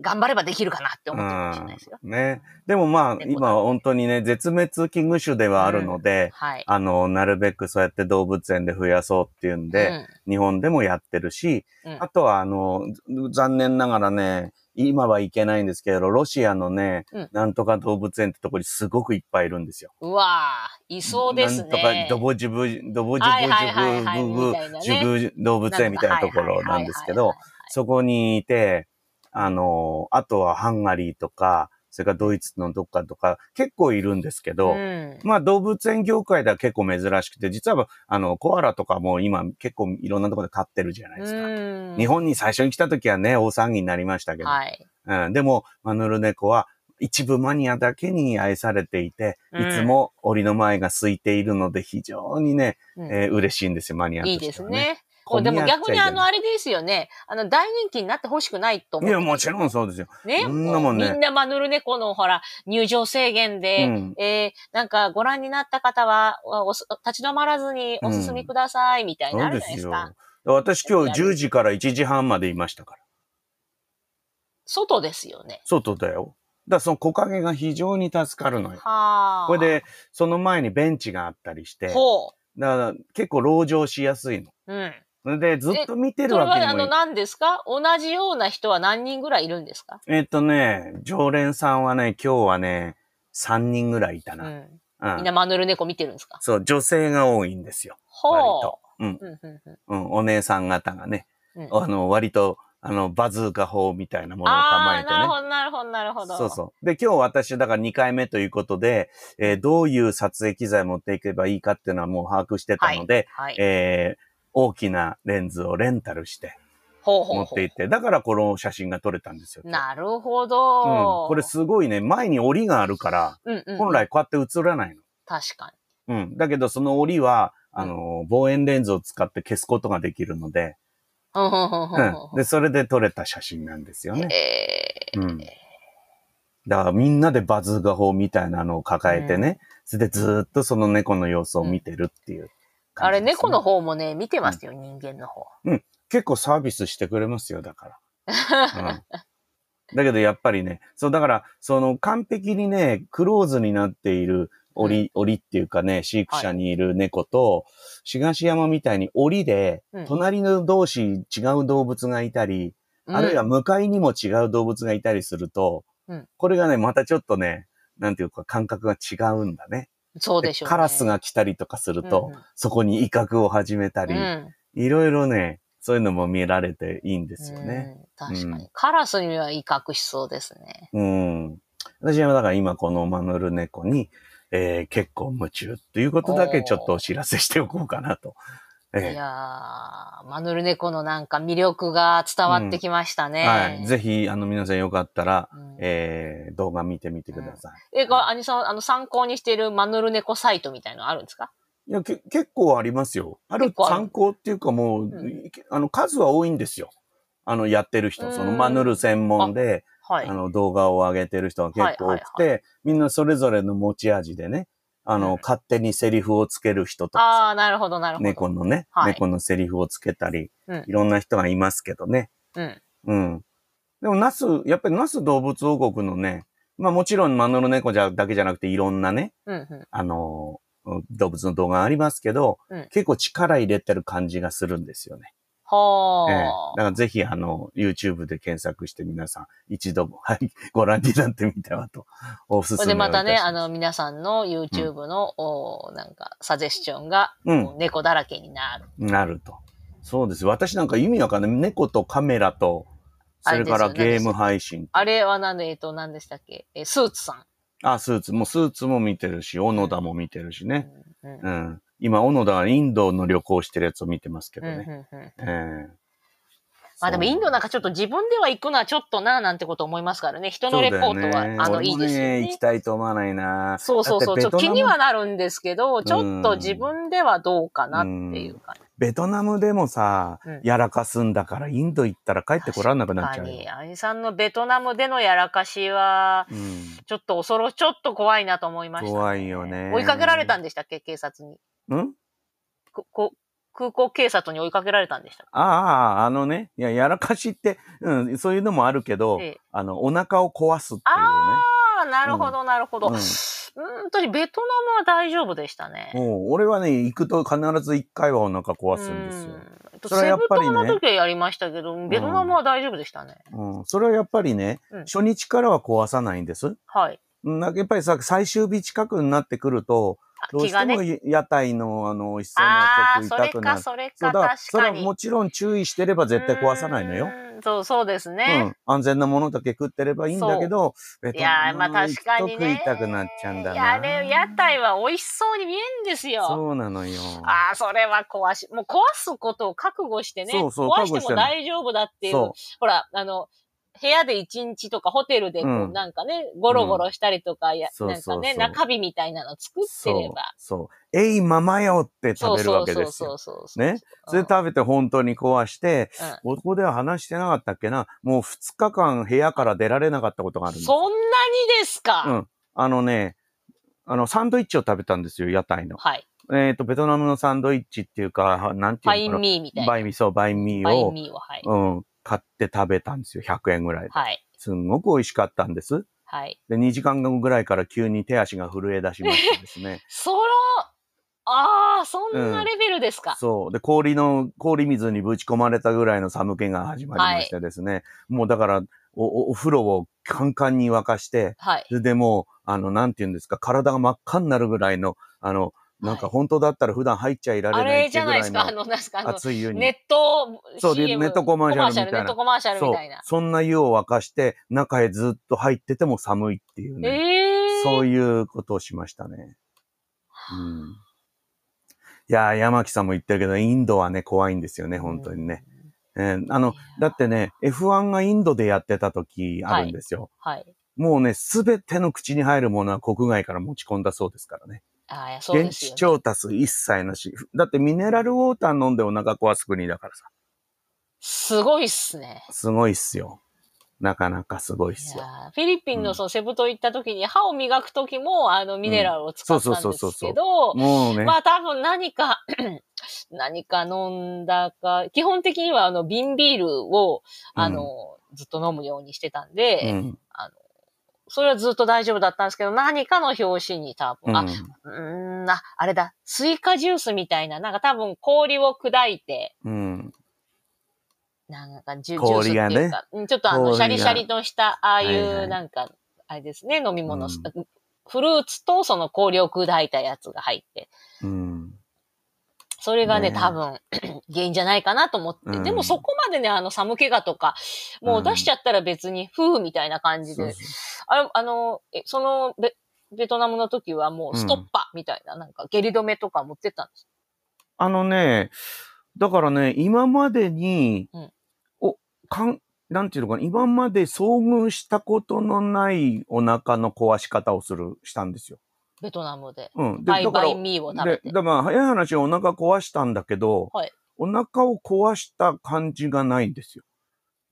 [SPEAKER 1] 頑張ればできるかなって思ってるかもしれないですよ。
[SPEAKER 2] うん、ね。でもまあ、
[SPEAKER 1] 猫だ
[SPEAKER 2] 今本当にね、絶滅危惧種ではあるので、
[SPEAKER 1] はい。
[SPEAKER 2] あの、なるべくそうやって動物園で増やそうっていうんで、日本でもやってるし、
[SPEAKER 1] うん、うん
[SPEAKER 2] あとはあの、ず残念ながらね、今はいけないんですけど、ロシアのね、
[SPEAKER 1] うん
[SPEAKER 2] なんとか動物園ってとこにすごくいっぱいいるんですよ。
[SPEAKER 1] うわぁ、いそうです
[SPEAKER 2] なんとか
[SPEAKER 1] ね。、
[SPEAKER 2] ドボジブ、ドボジ
[SPEAKER 1] はいはいはいはい
[SPEAKER 2] ブ
[SPEAKER 1] みたいなね
[SPEAKER 2] ジブ、ジブ動物園みたいなところなんですけ
[SPEAKER 1] は
[SPEAKER 2] ど
[SPEAKER 1] い、
[SPEAKER 2] そこにいて、あの、あとはハンガリーとか、それからドイツのどっかとか、結構いるんですけど、
[SPEAKER 1] はいはいはいはい、うん
[SPEAKER 2] まあ動物園業界では結構珍しくて、実はあのコアラとかも今結構いろんなところで飼ってるじゃないですか。
[SPEAKER 1] うん
[SPEAKER 2] 日本に最初に来た時はね、大騒ぎになりましたけど、
[SPEAKER 1] はい。
[SPEAKER 2] うん、でもマヌルネコは一部マニアだけに愛されていて、
[SPEAKER 1] うん
[SPEAKER 2] いつも檻の前が空いているので非常にね、
[SPEAKER 1] うん
[SPEAKER 2] えー嬉しいんですよ、マニアと
[SPEAKER 1] いい
[SPEAKER 2] しては、ね。
[SPEAKER 1] ですね。こ
[SPEAKER 2] 混
[SPEAKER 1] うで
[SPEAKER 2] み合
[SPEAKER 1] も
[SPEAKER 2] っちゃい
[SPEAKER 1] 逆
[SPEAKER 2] けない。
[SPEAKER 1] にあの、あれですよね。あの、大人気になってほしくないと思。
[SPEAKER 2] いうや、もちろんそうですよ。
[SPEAKER 1] ね。
[SPEAKER 2] そんなもんね
[SPEAKER 1] みんなマヌルネコのほら、入場制限で、
[SPEAKER 2] うん
[SPEAKER 1] えー、なんかご覧になった方は、おおす立ち止まらずにお進みください、みたい
[SPEAKER 2] そ
[SPEAKER 1] な
[SPEAKER 2] う
[SPEAKER 1] のあるじゃ
[SPEAKER 2] で
[SPEAKER 1] ない
[SPEAKER 2] す
[SPEAKER 1] ですか。
[SPEAKER 2] よ。私今日10時から1時半までいましたから。
[SPEAKER 1] 外ですよね。
[SPEAKER 2] 外だよ。だからその木陰が非常に助かるのよ。
[SPEAKER 1] はあ。
[SPEAKER 2] これで、その前にベンチがあったりして、だか
[SPEAKER 1] ほ
[SPEAKER 2] ら結構籠城しやすいの。
[SPEAKER 1] う。うん。
[SPEAKER 2] それで、ずっと見て
[SPEAKER 1] それ
[SPEAKER 2] るわけに
[SPEAKER 1] はあ
[SPEAKER 2] も
[SPEAKER 1] の、
[SPEAKER 2] い
[SPEAKER 1] 何ですか同じような人は何人ぐらいいるんですか
[SPEAKER 2] えっとね、常連さんはね、今日はね、3人ぐらいいた
[SPEAKER 1] うん。
[SPEAKER 2] な。うん。
[SPEAKER 1] みんなマヌルネコ見てるんですか
[SPEAKER 2] そう、女性が多いんですよ。
[SPEAKER 1] ほう。
[SPEAKER 2] 割と。うん。
[SPEAKER 1] うんうんうん
[SPEAKER 2] うん。お姉さん方がね、
[SPEAKER 1] うん
[SPEAKER 2] あの、割と、あの、バズーカ砲みたいなものを構
[SPEAKER 1] ああ
[SPEAKER 2] え
[SPEAKER 1] ー、
[SPEAKER 2] てね。
[SPEAKER 1] なるほど、なるほど、なるほど。
[SPEAKER 2] そうそう。で、今日私、だから2回目ということで、えーどういう撮影機材持っていけばいいかっていうのはもう把握してたので、
[SPEAKER 1] はい。
[SPEAKER 2] えー大きなレンズをレンタルして
[SPEAKER 1] ほうほ
[SPEAKER 2] 持
[SPEAKER 1] う
[SPEAKER 2] っ
[SPEAKER 1] ほ
[SPEAKER 2] て行って、だからこの写真が撮れたんですよ。
[SPEAKER 1] う。なるほ
[SPEAKER 2] うん
[SPEAKER 1] ど。、
[SPEAKER 2] これすごいね、前に檻があるから、
[SPEAKER 1] うんうん、
[SPEAKER 2] 本来こうやって映らないの。
[SPEAKER 1] 確か
[SPEAKER 2] うん。だけどその檻は、あのー、望遠レンズを使って消すことができるので、
[SPEAKER 1] に。うんうんうん
[SPEAKER 2] う
[SPEAKER 1] うん
[SPEAKER 2] ん。で、それで撮れた写真なんですよ
[SPEAKER 1] うん
[SPEAKER 2] ね。
[SPEAKER 1] え
[SPEAKER 2] うん。だからみんなでバズーガ法みたいなのを抱えてね、それでずーっとその猫の様子を見てるっていう
[SPEAKER 1] ー、あ
[SPEAKER 2] 感
[SPEAKER 1] れ、
[SPEAKER 2] じですね、
[SPEAKER 1] 猫の方もね、見てますよ、人間の方。
[SPEAKER 2] 結構サービスしてくれますよ、だから。うんだけどやっぱりね、そう、だから、その完璧にね、クローズになっている檻、檻っていうかね、飼育舎にいる猫と、東山みたいに檻で
[SPEAKER 1] うん、
[SPEAKER 2] 隣の同士違う動物がいたり、あるいは
[SPEAKER 1] うん
[SPEAKER 2] 向かいにも違う動物がいたりすると、
[SPEAKER 1] うん
[SPEAKER 2] これがね、またちょっとね、なんていうか感覚が違うんだね。
[SPEAKER 1] そうでしょう、ね。
[SPEAKER 2] カラスが来たりとかすると、
[SPEAKER 1] うんうん
[SPEAKER 2] そこに威嚇を始めたり、
[SPEAKER 1] うん
[SPEAKER 2] いろいろね、そういうのも見られていいんですよね。
[SPEAKER 1] うん確かに、
[SPEAKER 2] う
[SPEAKER 1] カラスには威嚇しそうですね。
[SPEAKER 2] うん。私はだから今このマヌルネコに、えー結構夢中ということだけちょっとお知らせしておこうかなと。
[SPEAKER 1] い
[SPEAKER 2] え
[SPEAKER 1] やー、マヌルネコのなんか魅力が伝わってきました
[SPEAKER 2] え
[SPEAKER 1] ね。
[SPEAKER 2] はい。ぜひ、あの皆さんよかったら、
[SPEAKER 1] うん
[SPEAKER 2] えー動画見てみてください。
[SPEAKER 1] え、これアニさん、あの、参考にしているマヌルネコサイトみたいなのあるんですか
[SPEAKER 2] いや、け結構ありますよ。ある
[SPEAKER 1] 結構ある
[SPEAKER 2] 参考っていうかもう、
[SPEAKER 1] ん
[SPEAKER 2] いけあの、数は多いんですよ。あの、やってる
[SPEAKER 1] う
[SPEAKER 2] 人、
[SPEAKER 1] ん
[SPEAKER 2] そのマヌル専門で、
[SPEAKER 1] はい
[SPEAKER 2] あ。の、動画を上げてる人が結構多く
[SPEAKER 1] はい
[SPEAKER 2] て、みんなそれぞれの持ち味でね、あ
[SPEAKER 1] うん
[SPEAKER 2] の、勝手にセリフをつける人と
[SPEAKER 1] あ
[SPEAKER 2] か
[SPEAKER 1] あ、なるほど、なる
[SPEAKER 2] さ、
[SPEAKER 1] ほど。
[SPEAKER 2] 猫のね、
[SPEAKER 1] はい
[SPEAKER 2] 猫のセリフをつけたり
[SPEAKER 1] うん、
[SPEAKER 2] いろんな人がいますけどね。
[SPEAKER 1] うん。
[SPEAKER 2] うん。でも、ナス、やっぱりナス動物王国のね、まあもちろんマヌル猫じゃだけじゃなくていろんなね、
[SPEAKER 1] うん、うん。
[SPEAKER 2] あの、うん動物の動画ありますけど、
[SPEAKER 1] うん
[SPEAKER 2] 結構力入れてる感じがするんですよね。
[SPEAKER 1] は
[SPEAKER 2] ええ
[SPEAKER 1] あ、
[SPEAKER 2] だからぜひ、あの、YouTube で検索して皆さん、一度、はい、ご覧になってみてはと、おすす
[SPEAKER 1] そ
[SPEAKER 2] め
[SPEAKER 1] れ
[SPEAKER 2] を
[SPEAKER 1] でまたね、
[SPEAKER 2] いしす
[SPEAKER 1] あの、、皆さんの YouTube の、おーなんか、サジェスチョンが、
[SPEAKER 2] うん
[SPEAKER 1] もう猫だらけになる。
[SPEAKER 2] なると。そうです。私なんか意味わかんない。猫とカメラと、それから
[SPEAKER 1] あれですよ
[SPEAKER 2] ゲーム配信。
[SPEAKER 1] あれはなんで、えっと、何でしたっけえ、スーツさ
[SPEAKER 2] あ、スーツ。もうスーツも見てるし、小野田も見てるし
[SPEAKER 1] ん。
[SPEAKER 2] ね。
[SPEAKER 1] うん。うん。
[SPEAKER 2] うん。今、小野田はインドの旅行してるやつを見てますけ
[SPEAKER 1] う
[SPEAKER 2] ど
[SPEAKER 1] ん
[SPEAKER 2] ね。
[SPEAKER 1] うんうん
[SPEAKER 2] ええ
[SPEAKER 1] まあでもインドなんかちょっと自分では行くのはちょっとな、なんてこと思いますからね。人のレポートは、あの、いいですよ
[SPEAKER 2] 俺も
[SPEAKER 1] ね。
[SPEAKER 2] 行きたいと思わないな。
[SPEAKER 1] そうそうそう。
[SPEAKER 2] だ
[SPEAKER 1] ち
[SPEAKER 2] って
[SPEAKER 1] ょっ
[SPEAKER 2] ベト
[SPEAKER 1] と
[SPEAKER 2] ナ
[SPEAKER 1] 気
[SPEAKER 2] ム
[SPEAKER 1] にはなるんですけど、ちょっと自分ではどうかなっていう感じ。
[SPEAKER 2] ベトナムでもさ、
[SPEAKER 1] うん
[SPEAKER 2] やらかすんだから、インド行ったら帰ってこらんなくなっ
[SPEAKER 1] 確
[SPEAKER 2] ちゃ
[SPEAKER 1] か
[SPEAKER 2] うよ
[SPEAKER 1] に、。アニさんのベトナムでのやらかしは、
[SPEAKER 2] うん、
[SPEAKER 1] ちょっと恐ろ、ちょっと怖いなと思いました、
[SPEAKER 2] 怖いよね
[SPEAKER 1] 追いかけられたんでしたっけ警察に。
[SPEAKER 2] うん
[SPEAKER 1] ここ空港警察に追いかけられたんでしたっ
[SPEAKER 2] ああ、あのね、いや、やらかしって、うん、そういうのもあるけど、
[SPEAKER 1] けええ
[SPEAKER 2] あの、お腹を壊すって
[SPEAKER 1] ああ、なるほど、なるほど。
[SPEAKER 2] うん
[SPEAKER 1] うーん、本当にベトナムは大丈夫でしたね。
[SPEAKER 2] いうね。もう、俺はね、行くと必ず一回はお腹壊すんですよ。
[SPEAKER 1] うんえっと
[SPEAKER 2] それはやっぱりね
[SPEAKER 1] セブ島の時はやりましたけど、ベトナムは大丈夫でしたね。
[SPEAKER 2] うん、それはやっぱりね、
[SPEAKER 1] うん
[SPEAKER 2] 初日からは壊さないんです。
[SPEAKER 1] はい。
[SPEAKER 2] うんなんかやっぱりさ、最終日近くになってくると、
[SPEAKER 1] あ
[SPEAKER 2] どう
[SPEAKER 1] 気
[SPEAKER 2] して
[SPEAKER 1] がね
[SPEAKER 2] も。屋台の、あの、美味しそうな
[SPEAKER 1] あ
[SPEAKER 2] や
[SPEAKER 1] あ
[SPEAKER 2] つ
[SPEAKER 1] ー、
[SPEAKER 2] 食
[SPEAKER 1] そ
[SPEAKER 2] い
[SPEAKER 1] れ
[SPEAKER 2] たくな
[SPEAKER 1] か、
[SPEAKER 2] る。
[SPEAKER 1] それ
[SPEAKER 2] そ
[SPEAKER 1] か、
[SPEAKER 2] うだから、
[SPEAKER 1] 確
[SPEAKER 2] それ
[SPEAKER 1] か
[SPEAKER 2] は
[SPEAKER 1] に。
[SPEAKER 2] もちろん注意してれば絶対壊さないのよ。
[SPEAKER 1] うーん。そう、そうです
[SPEAKER 2] う
[SPEAKER 1] ね。
[SPEAKER 2] ん。安全なものだけ食ってればいいんだけど、ベ
[SPEAKER 1] いやー、まあ
[SPEAKER 2] ナム
[SPEAKER 1] 確かにね。
[SPEAKER 2] 行くと食いたくなっちゃうんだ
[SPEAKER 1] いや、
[SPEAKER 2] な。
[SPEAKER 1] あれ、屋台は美味しそうに見えんですよ。
[SPEAKER 2] そうなのよ。
[SPEAKER 1] ああ、それは壊し、もう壊すことを覚悟してね。
[SPEAKER 2] そうそう
[SPEAKER 1] 壊
[SPEAKER 2] 覚悟
[SPEAKER 1] し
[SPEAKER 2] してて
[SPEAKER 1] も
[SPEAKER 2] ね
[SPEAKER 1] 大丈夫だっていう。
[SPEAKER 2] そ
[SPEAKER 1] ほら、あの、部屋で一日とかホテルでこう、
[SPEAKER 2] うん
[SPEAKER 1] なんかね、ゴロゴロしたりとか、や
[SPEAKER 2] そう
[SPEAKER 1] なん
[SPEAKER 2] そうそ
[SPEAKER 1] か
[SPEAKER 2] う
[SPEAKER 1] ね、中日みたいなの作
[SPEAKER 2] う。
[SPEAKER 1] ってれば。
[SPEAKER 2] そう。そう。えい、ママよって
[SPEAKER 1] そう
[SPEAKER 2] 食べる
[SPEAKER 1] そ
[SPEAKER 2] わ
[SPEAKER 1] う
[SPEAKER 2] け
[SPEAKER 1] そう
[SPEAKER 2] です
[SPEAKER 1] そ
[SPEAKER 2] よ。
[SPEAKER 1] うそう。
[SPEAKER 2] ね
[SPEAKER 1] うん
[SPEAKER 2] それ食べて本当に壊して、
[SPEAKER 1] うん
[SPEAKER 2] ここでは話してなかったっけなもう2日間部屋から出られなかったことがあるんです
[SPEAKER 1] そんなにですか、
[SPEAKER 2] うんあのね、あの、サンドイッチを食べたんですよ、屋台の。
[SPEAKER 1] はい。
[SPEAKER 2] えっ、と、ベトナムのサンドイッチっていうか、はなん
[SPEAKER 1] フ
[SPEAKER 2] て
[SPEAKER 1] ァイ
[SPEAKER 2] いうの
[SPEAKER 1] ン
[SPEAKER 2] か
[SPEAKER 1] ミーみた
[SPEAKER 2] な。
[SPEAKER 1] いな。
[SPEAKER 2] バイミそう、バインミ
[SPEAKER 1] ファ
[SPEAKER 2] ー
[SPEAKER 1] イ
[SPEAKER 2] を
[SPEAKER 1] ン、ミーを、はい。
[SPEAKER 2] うん、買って食べたんですよ、100円ぐらいで。
[SPEAKER 1] はい。
[SPEAKER 2] すんごく美味しかったんです。
[SPEAKER 1] はい。
[SPEAKER 2] で、2時間後ぐらいから急に手足が震え出しましてで すね。
[SPEAKER 1] その、ああ、そんなレベルですか、
[SPEAKER 2] そう。で、氷の、氷水にぶち込まれたぐらいの寒気が始まりましてですね。もうだから、お、おお風呂をカンカンに沸かして、
[SPEAKER 1] はい。
[SPEAKER 2] それでもう、あの、なんて言うんですか、体が真っ赤になるぐらいの、あの、なんか本当だったら普段入っちゃいられ
[SPEAKER 1] あ
[SPEAKER 2] ない
[SPEAKER 1] れ
[SPEAKER 2] っ
[SPEAKER 1] じ
[SPEAKER 2] てい
[SPEAKER 1] ゃ
[SPEAKER 2] うぐ
[SPEAKER 1] ないで
[SPEAKER 2] ら
[SPEAKER 1] す
[SPEAKER 2] い
[SPEAKER 1] かあ
[SPEAKER 2] の
[SPEAKER 1] の、なんですかあの、
[SPEAKER 2] 熱い湯に。
[SPEAKER 1] ネット CM、
[SPEAKER 2] そうネットコマーシャルみた
[SPEAKER 1] コマネ
[SPEAKER 2] いな
[SPEAKER 1] ットコマーシャル
[SPEAKER 2] そ
[SPEAKER 1] み
[SPEAKER 2] う
[SPEAKER 1] たいな。。
[SPEAKER 2] そんな湯を沸かして、中へずっと入ってても寒いっていうね。
[SPEAKER 1] ええー。
[SPEAKER 2] そういうことをしましたね。うん。いやー、山木さんも言ってるけど、インドはね、怖いんですよね、本当にね。えーあの、だってね、F1 がインドでやってた時あるんですよ。
[SPEAKER 1] はい。
[SPEAKER 2] もうね、すべての口に入るものは国外から持ち込んだそうですからね。
[SPEAKER 1] ああ、そうで
[SPEAKER 2] 現
[SPEAKER 1] すよ、
[SPEAKER 2] 地
[SPEAKER 1] ね。
[SPEAKER 2] 調達一切なし。だってミネラルウォーター飲んでお腹壊す国だからさ。
[SPEAKER 1] すごいっすね。
[SPEAKER 2] すごいっすよ。なかなかすごいっ
[SPEAKER 1] い
[SPEAKER 2] すよ。
[SPEAKER 1] やーフィリピン
[SPEAKER 2] う
[SPEAKER 1] の
[SPEAKER 2] ん
[SPEAKER 1] そのセブ島行った時に歯を磨く時も、あの、ミネラルを使ったん
[SPEAKER 2] そうそう
[SPEAKER 1] で
[SPEAKER 2] そう
[SPEAKER 1] す
[SPEAKER 2] そう
[SPEAKER 1] けど、
[SPEAKER 2] もうね。
[SPEAKER 1] まあ多分何か、 何か飲んだか、基本的にはあの瓶ビールを、あの、ずっと飲むようにしてたんで、
[SPEAKER 2] うん。
[SPEAKER 1] それはずっと大丈夫だったんですけど、何かの表紙に多
[SPEAKER 2] う
[SPEAKER 1] 分、あ
[SPEAKER 2] ん、
[SPEAKER 1] うーん、あ、あれだ、スイカジュースみたいな、なんか多分氷を砕いて、
[SPEAKER 2] うん。
[SPEAKER 1] なんかジュ
[SPEAKER 2] 氷
[SPEAKER 1] ジュ
[SPEAKER 2] が
[SPEAKER 1] ース
[SPEAKER 2] ね
[SPEAKER 1] っていうか、うんちょっとあの、
[SPEAKER 2] 氷
[SPEAKER 1] シ
[SPEAKER 2] が
[SPEAKER 1] ャリシャリとした、ああい、
[SPEAKER 2] はいはいう
[SPEAKER 1] なんか、あれですね、飲み物、
[SPEAKER 2] うん
[SPEAKER 1] フルーツとその氷を砕いたやつが入って、
[SPEAKER 2] うん。
[SPEAKER 1] それがね、
[SPEAKER 2] ねえ
[SPEAKER 1] 多分、 原因じゃないかなと思って、
[SPEAKER 2] うん
[SPEAKER 1] でもそこまでね、あの、寒気がとか、もう出しちゃったら別に、ふうみたいな感じで、
[SPEAKER 2] そうそ
[SPEAKER 1] あれ、あの、えそのベ、ベトナムの時はもうストッパーみたいな、なんか下痢止めとか持ってったんです。
[SPEAKER 2] あのね、だからね、今までに、
[SPEAKER 1] うん
[SPEAKER 2] お、かん、なんていうのかな、今まで遭遇したことのないお腹の壊し方をする、したんですよ。
[SPEAKER 1] ベトナムで。
[SPEAKER 2] うん。で、
[SPEAKER 1] バイ
[SPEAKER 2] だか
[SPEAKER 1] バ
[SPEAKER 2] ら、
[SPEAKER 1] イミーを食べ
[SPEAKER 2] で、
[SPEAKER 1] て。
[SPEAKER 2] だまあ、早い話、お腹壊したんだけど、
[SPEAKER 1] はい
[SPEAKER 2] お腹を壊した感じがないんですよ。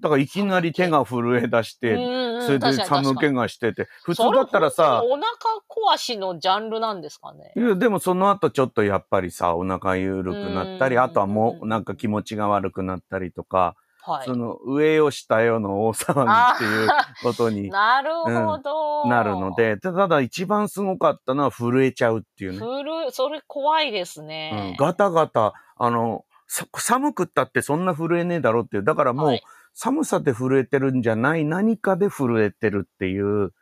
[SPEAKER 2] だから、いきなり手が震え出し
[SPEAKER 1] う
[SPEAKER 2] て、
[SPEAKER 1] ん
[SPEAKER 2] それで寒気がしてて、普通だったら
[SPEAKER 1] そ
[SPEAKER 2] さ
[SPEAKER 1] れ、本当にお腹壊しのジャンルなんですかね
[SPEAKER 2] い。やでもその後ちょっとやっぱりさ、お腹緩くなったり、
[SPEAKER 1] うん
[SPEAKER 2] あとはもうなんか気持ちが悪くなったりとか、
[SPEAKER 1] はい
[SPEAKER 2] そ。の上よ下よの大騒ぎっていう
[SPEAKER 1] あ
[SPEAKER 2] ことに
[SPEAKER 1] なるほど。
[SPEAKER 2] なるの。で、ただ一番すごかったのは震えちゃうっていうね。
[SPEAKER 1] ふる、それ怖いです
[SPEAKER 2] うん
[SPEAKER 1] ね。、
[SPEAKER 2] ガタガタ、あの、さ寒くったってそんな震えねえだろっていう。だからもう、
[SPEAKER 1] はい
[SPEAKER 2] 寒さで震えてるんじゃない何かで震えてるっていう、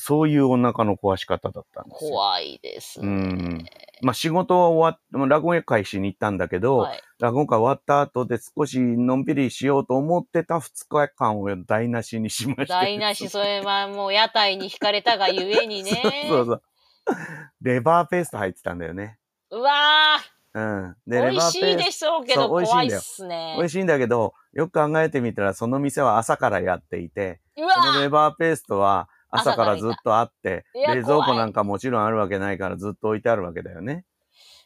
[SPEAKER 2] そういうお腹の壊し方だったんですよ。
[SPEAKER 1] 怖いです
[SPEAKER 2] う
[SPEAKER 1] ね。
[SPEAKER 2] ん。まあ仕事は終わっ、落語会しに行ったんだけど、
[SPEAKER 1] はい。
[SPEAKER 2] 落語会終わった後で少しのんびりしようと思ってた2日間を台無しにしました。
[SPEAKER 1] 台無 し、それはもう屋台に惹かれたがゆえにね。
[SPEAKER 2] そうそうそう。レバーペースト入ってたんだよね。
[SPEAKER 1] うわ
[SPEAKER 2] ううん。で、
[SPEAKER 1] 美
[SPEAKER 2] レ
[SPEAKER 1] 味
[SPEAKER 2] バー
[SPEAKER 1] し
[SPEAKER 2] ペ
[SPEAKER 1] い
[SPEAKER 2] ー
[SPEAKER 1] で
[SPEAKER 2] ス
[SPEAKER 1] しょうけ
[SPEAKER 2] そ
[SPEAKER 1] ど、
[SPEAKER 2] う美味しい
[SPEAKER 1] 怖
[SPEAKER 2] ん
[SPEAKER 1] い
[SPEAKER 2] だ
[SPEAKER 1] っ
[SPEAKER 2] よ
[SPEAKER 1] すね。
[SPEAKER 2] 美味しいんだけど、よく考えてみたら、その店は朝からやっていて、
[SPEAKER 1] うわ
[SPEAKER 2] そのレバーペーストは朝からずっとあって、
[SPEAKER 1] 朝からいたいや
[SPEAKER 2] 冷蔵庫
[SPEAKER 1] 怖い
[SPEAKER 2] なんかもちろんあるわけないからずっと置いてあるわけだよね。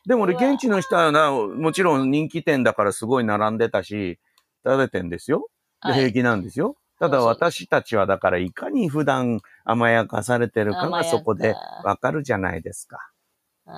[SPEAKER 2] でも俺、
[SPEAKER 1] うわ
[SPEAKER 2] 現地の人はな、もちろん人気店だからすごい並んでたし、食べてんですよ。で、
[SPEAKER 1] はい
[SPEAKER 2] 平気なんですよ。た
[SPEAKER 1] そ
[SPEAKER 2] だ
[SPEAKER 1] うそう
[SPEAKER 2] 私たちはだからいかに普段甘やかされてるか
[SPEAKER 1] 甘
[SPEAKER 2] が
[SPEAKER 1] やか
[SPEAKER 2] そこでわかるじゃないですか。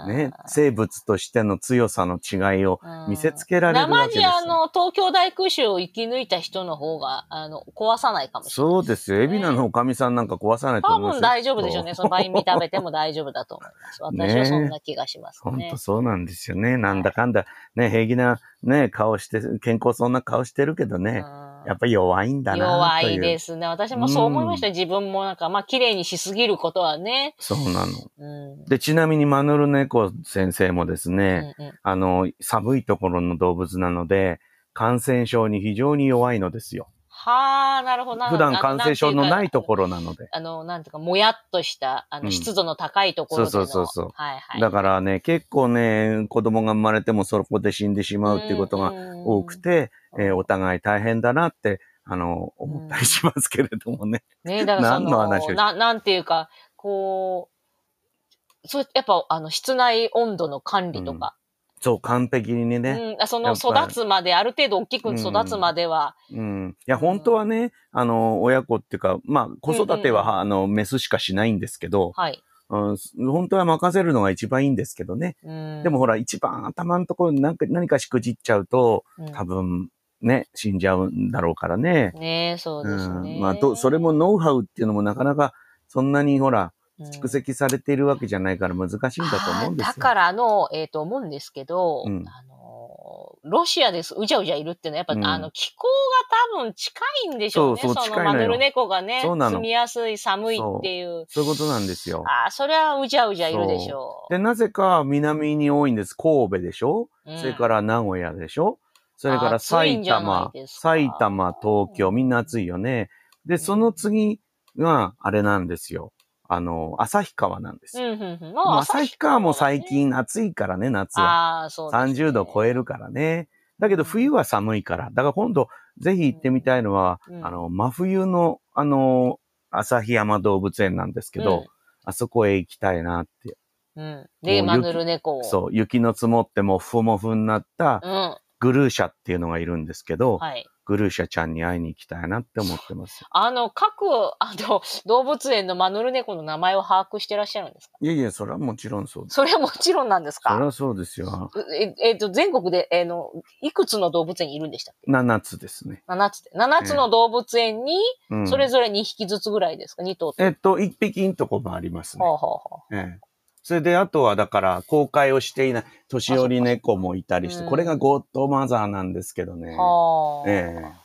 [SPEAKER 2] ね。生物としての強さの違いを
[SPEAKER 1] うん
[SPEAKER 2] 見せつけられるわけですよ
[SPEAKER 1] 生にあの、東京大空襲を生き抜いた人の方が、あの、壊さないかもしれない。
[SPEAKER 2] そうですよ。
[SPEAKER 1] ね
[SPEAKER 2] 海老名のおかみさんなんか壊さないと
[SPEAKER 1] 多
[SPEAKER 2] 思う
[SPEAKER 1] 分大丈夫でしょうね。そのバインミー食べても大丈夫だと思います。
[SPEAKER 2] ね
[SPEAKER 1] 私はそんな気がします
[SPEAKER 2] 本
[SPEAKER 1] ね
[SPEAKER 2] 当。そうなんですよね。なんだかんだ、ね、平気な、ね、顔して、健康そうな顔してるけどね、
[SPEAKER 1] うん
[SPEAKER 2] やっぱり弱いんだな
[SPEAKER 1] 弱
[SPEAKER 2] という。
[SPEAKER 1] いですね。私もそう思いましたよ。自分もなんか、まあ、綺麗にしすぎることはね。
[SPEAKER 2] そうなの。
[SPEAKER 1] うん。
[SPEAKER 2] で、ちなみにマヌルネコ先生もです
[SPEAKER 1] う
[SPEAKER 2] ね、
[SPEAKER 1] んうん
[SPEAKER 2] あの、寒いところの動物なので、感染症に非常に弱いのですよ。
[SPEAKER 1] はあ、なるほどな。
[SPEAKER 2] 普段感染症のないとこ
[SPEAKER 1] ろ。
[SPEAKER 2] ろなので。
[SPEAKER 1] あの、なんていうか、もやっとした、あ
[SPEAKER 2] う
[SPEAKER 1] の、
[SPEAKER 2] ん
[SPEAKER 1] 湿度の高いところでの。
[SPEAKER 2] そうそうそうそう
[SPEAKER 1] はいはい。
[SPEAKER 2] だからね、結構ね、子供が生まれてもそこで死んでしまうっていうことが
[SPEAKER 1] が
[SPEAKER 2] 多くて、えーお
[SPEAKER 1] お
[SPEAKER 2] 互い大変だなって、あの、思ったりしますけれどもね。
[SPEAKER 1] ねだからそ
[SPEAKER 2] 何の話をし
[SPEAKER 1] の、ななんていうか、こう、そう、やっぱ、あの、室内温度の管理とか、
[SPEAKER 2] そう、完璧に
[SPEAKER 1] う
[SPEAKER 2] ね。
[SPEAKER 1] ん、あそ
[SPEAKER 2] や
[SPEAKER 1] の
[SPEAKER 2] っぱり
[SPEAKER 1] 育つまで、ある程度大きく育つまでは、
[SPEAKER 2] うん。いや、本当はね、あの、親子っていうか、まあ、子育ては、
[SPEAKER 1] うんうん
[SPEAKER 2] あの、メスしかしないんですけど、
[SPEAKER 1] はい。
[SPEAKER 2] うん、本当は任せるのが一番いいんですけどね。
[SPEAKER 1] うん
[SPEAKER 2] でも、ほら、一番頭のところに何か何かしくじっちゃうと、
[SPEAKER 1] うん
[SPEAKER 2] 多分、ね、死んじゃうんだろうからね。
[SPEAKER 1] ねえそうですね。
[SPEAKER 2] ん。まあ、どそれもノウハウっていうのもなかなか、そんなにほら、蓄積されているわけじゃないから難しいんだと思うんですよ。
[SPEAKER 1] あーだからあの、えっ、と、思うんですけど、
[SPEAKER 2] うん
[SPEAKER 1] あのー、ロシアです、うじゃうじゃいるっていうのは、やっぱ、
[SPEAKER 2] うん
[SPEAKER 1] あの、気候が多分近いんでしょうね。
[SPEAKER 2] そうそう近
[SPEAKER 1] の
[SPEAKER 2] いのよ
[SPEAKER 1] マヌルネコがね、
[SPEAKER 2] そうなの
[SPEAKER 1] 住みやすい、寒いっていう。
[SPEAKER 2] そういうことなんですよ。
[SPEAKER 1] ああ、それはうじゃうじゃいるでしょう。、
[SPEAKER 2] で、なぜか南に多いんです。神戸でしょそれからら名古屋でしょそれから
[SPEAKER 1] 暑い
[SPEAKER 2] 埼
[SPEAKER 1] んじゃな
[SPEAKER 2] 玉
[SPEAKER 1] い、ですか
[SPEAKER 2] 埼玉、東京、みんな暑いよね。で、その次が、あれなんですよ。あの、旭川なんです
[SPEAKER 1] うん
[SPEAKER 2] よ。、
[SPEAKER 1] うん、うん。ま
[SPEAKER 2] でも旭川も
[SPEAKER 1] だね
[SPEAKER 2] 最近暑いからね、夏は。
[SPEAKER 1] ああ、そうです、
[SPEAKER 2] 30度超えるからね。だけど冬は寒いから。だから今度、ぜひ行ってみたいのは、
[SPEAKER 1] うん
[SPEAKER 2] あの、真冬の、あの、旭山動物園なんですけど、あそこへ行きたいなって。
[SPEAKER 1] うん。うんで、
[SPEAKER 2] もう
[SPEAKER 1] マ
[SPEAKER 2] 雪
[SPEAKER 1] ヌルネコを。
[SPEAKER 2] そう、雪の積もってもふもふになった
[SPEAKER 1] う。うん。
[SPEAKER 2] グルーシャっていうのがいるんですけど、
[SPEAKER 1] はい。
[SPEAKER 2] グルーシャちゃんに会いに行きたいなって思ってます。
[SPEAKER 1] あの、各、 あの、動物園のマヌルネコの名前を把握してらっしゃるんですか
[SPEAKER 2] いやいや、それはもちろんそうです。
[SPEAKER 1] それはもちろんなんです
[SPEAKER 2] それ
[SPEAKER 1] か
[SPEAKER 2] はそうですよ。
[SPEAKER 1] え、えっと、全国で、えーの、いくつの動物園いるんでしたっけ
[SPEAKER 2] 7つですね。
[SPEAKER 1] ?7 つで。7つの動物園に、
[SPEAKER 2] うん、
[SPEAKER 1] それぞれ2匹ずつぐらいですか ?2 頭って。
[SPEAKER 2] えっと、1匹んとこもありますね。
[SPEAKER 1] ほうほうほ
[SPEAKER 2] ええそれで、あとはだから、公開をしていない、年寄り猫もいたりし
[SPEAKER 1] あそっ
[SPEAKER 2] て、
[SPEAKER 1] か
[SPEAKER 2] これがゴッドマザーなんですけどね
[SPEAKER 1] う。。はあ。
[SPEAKER 2] ええ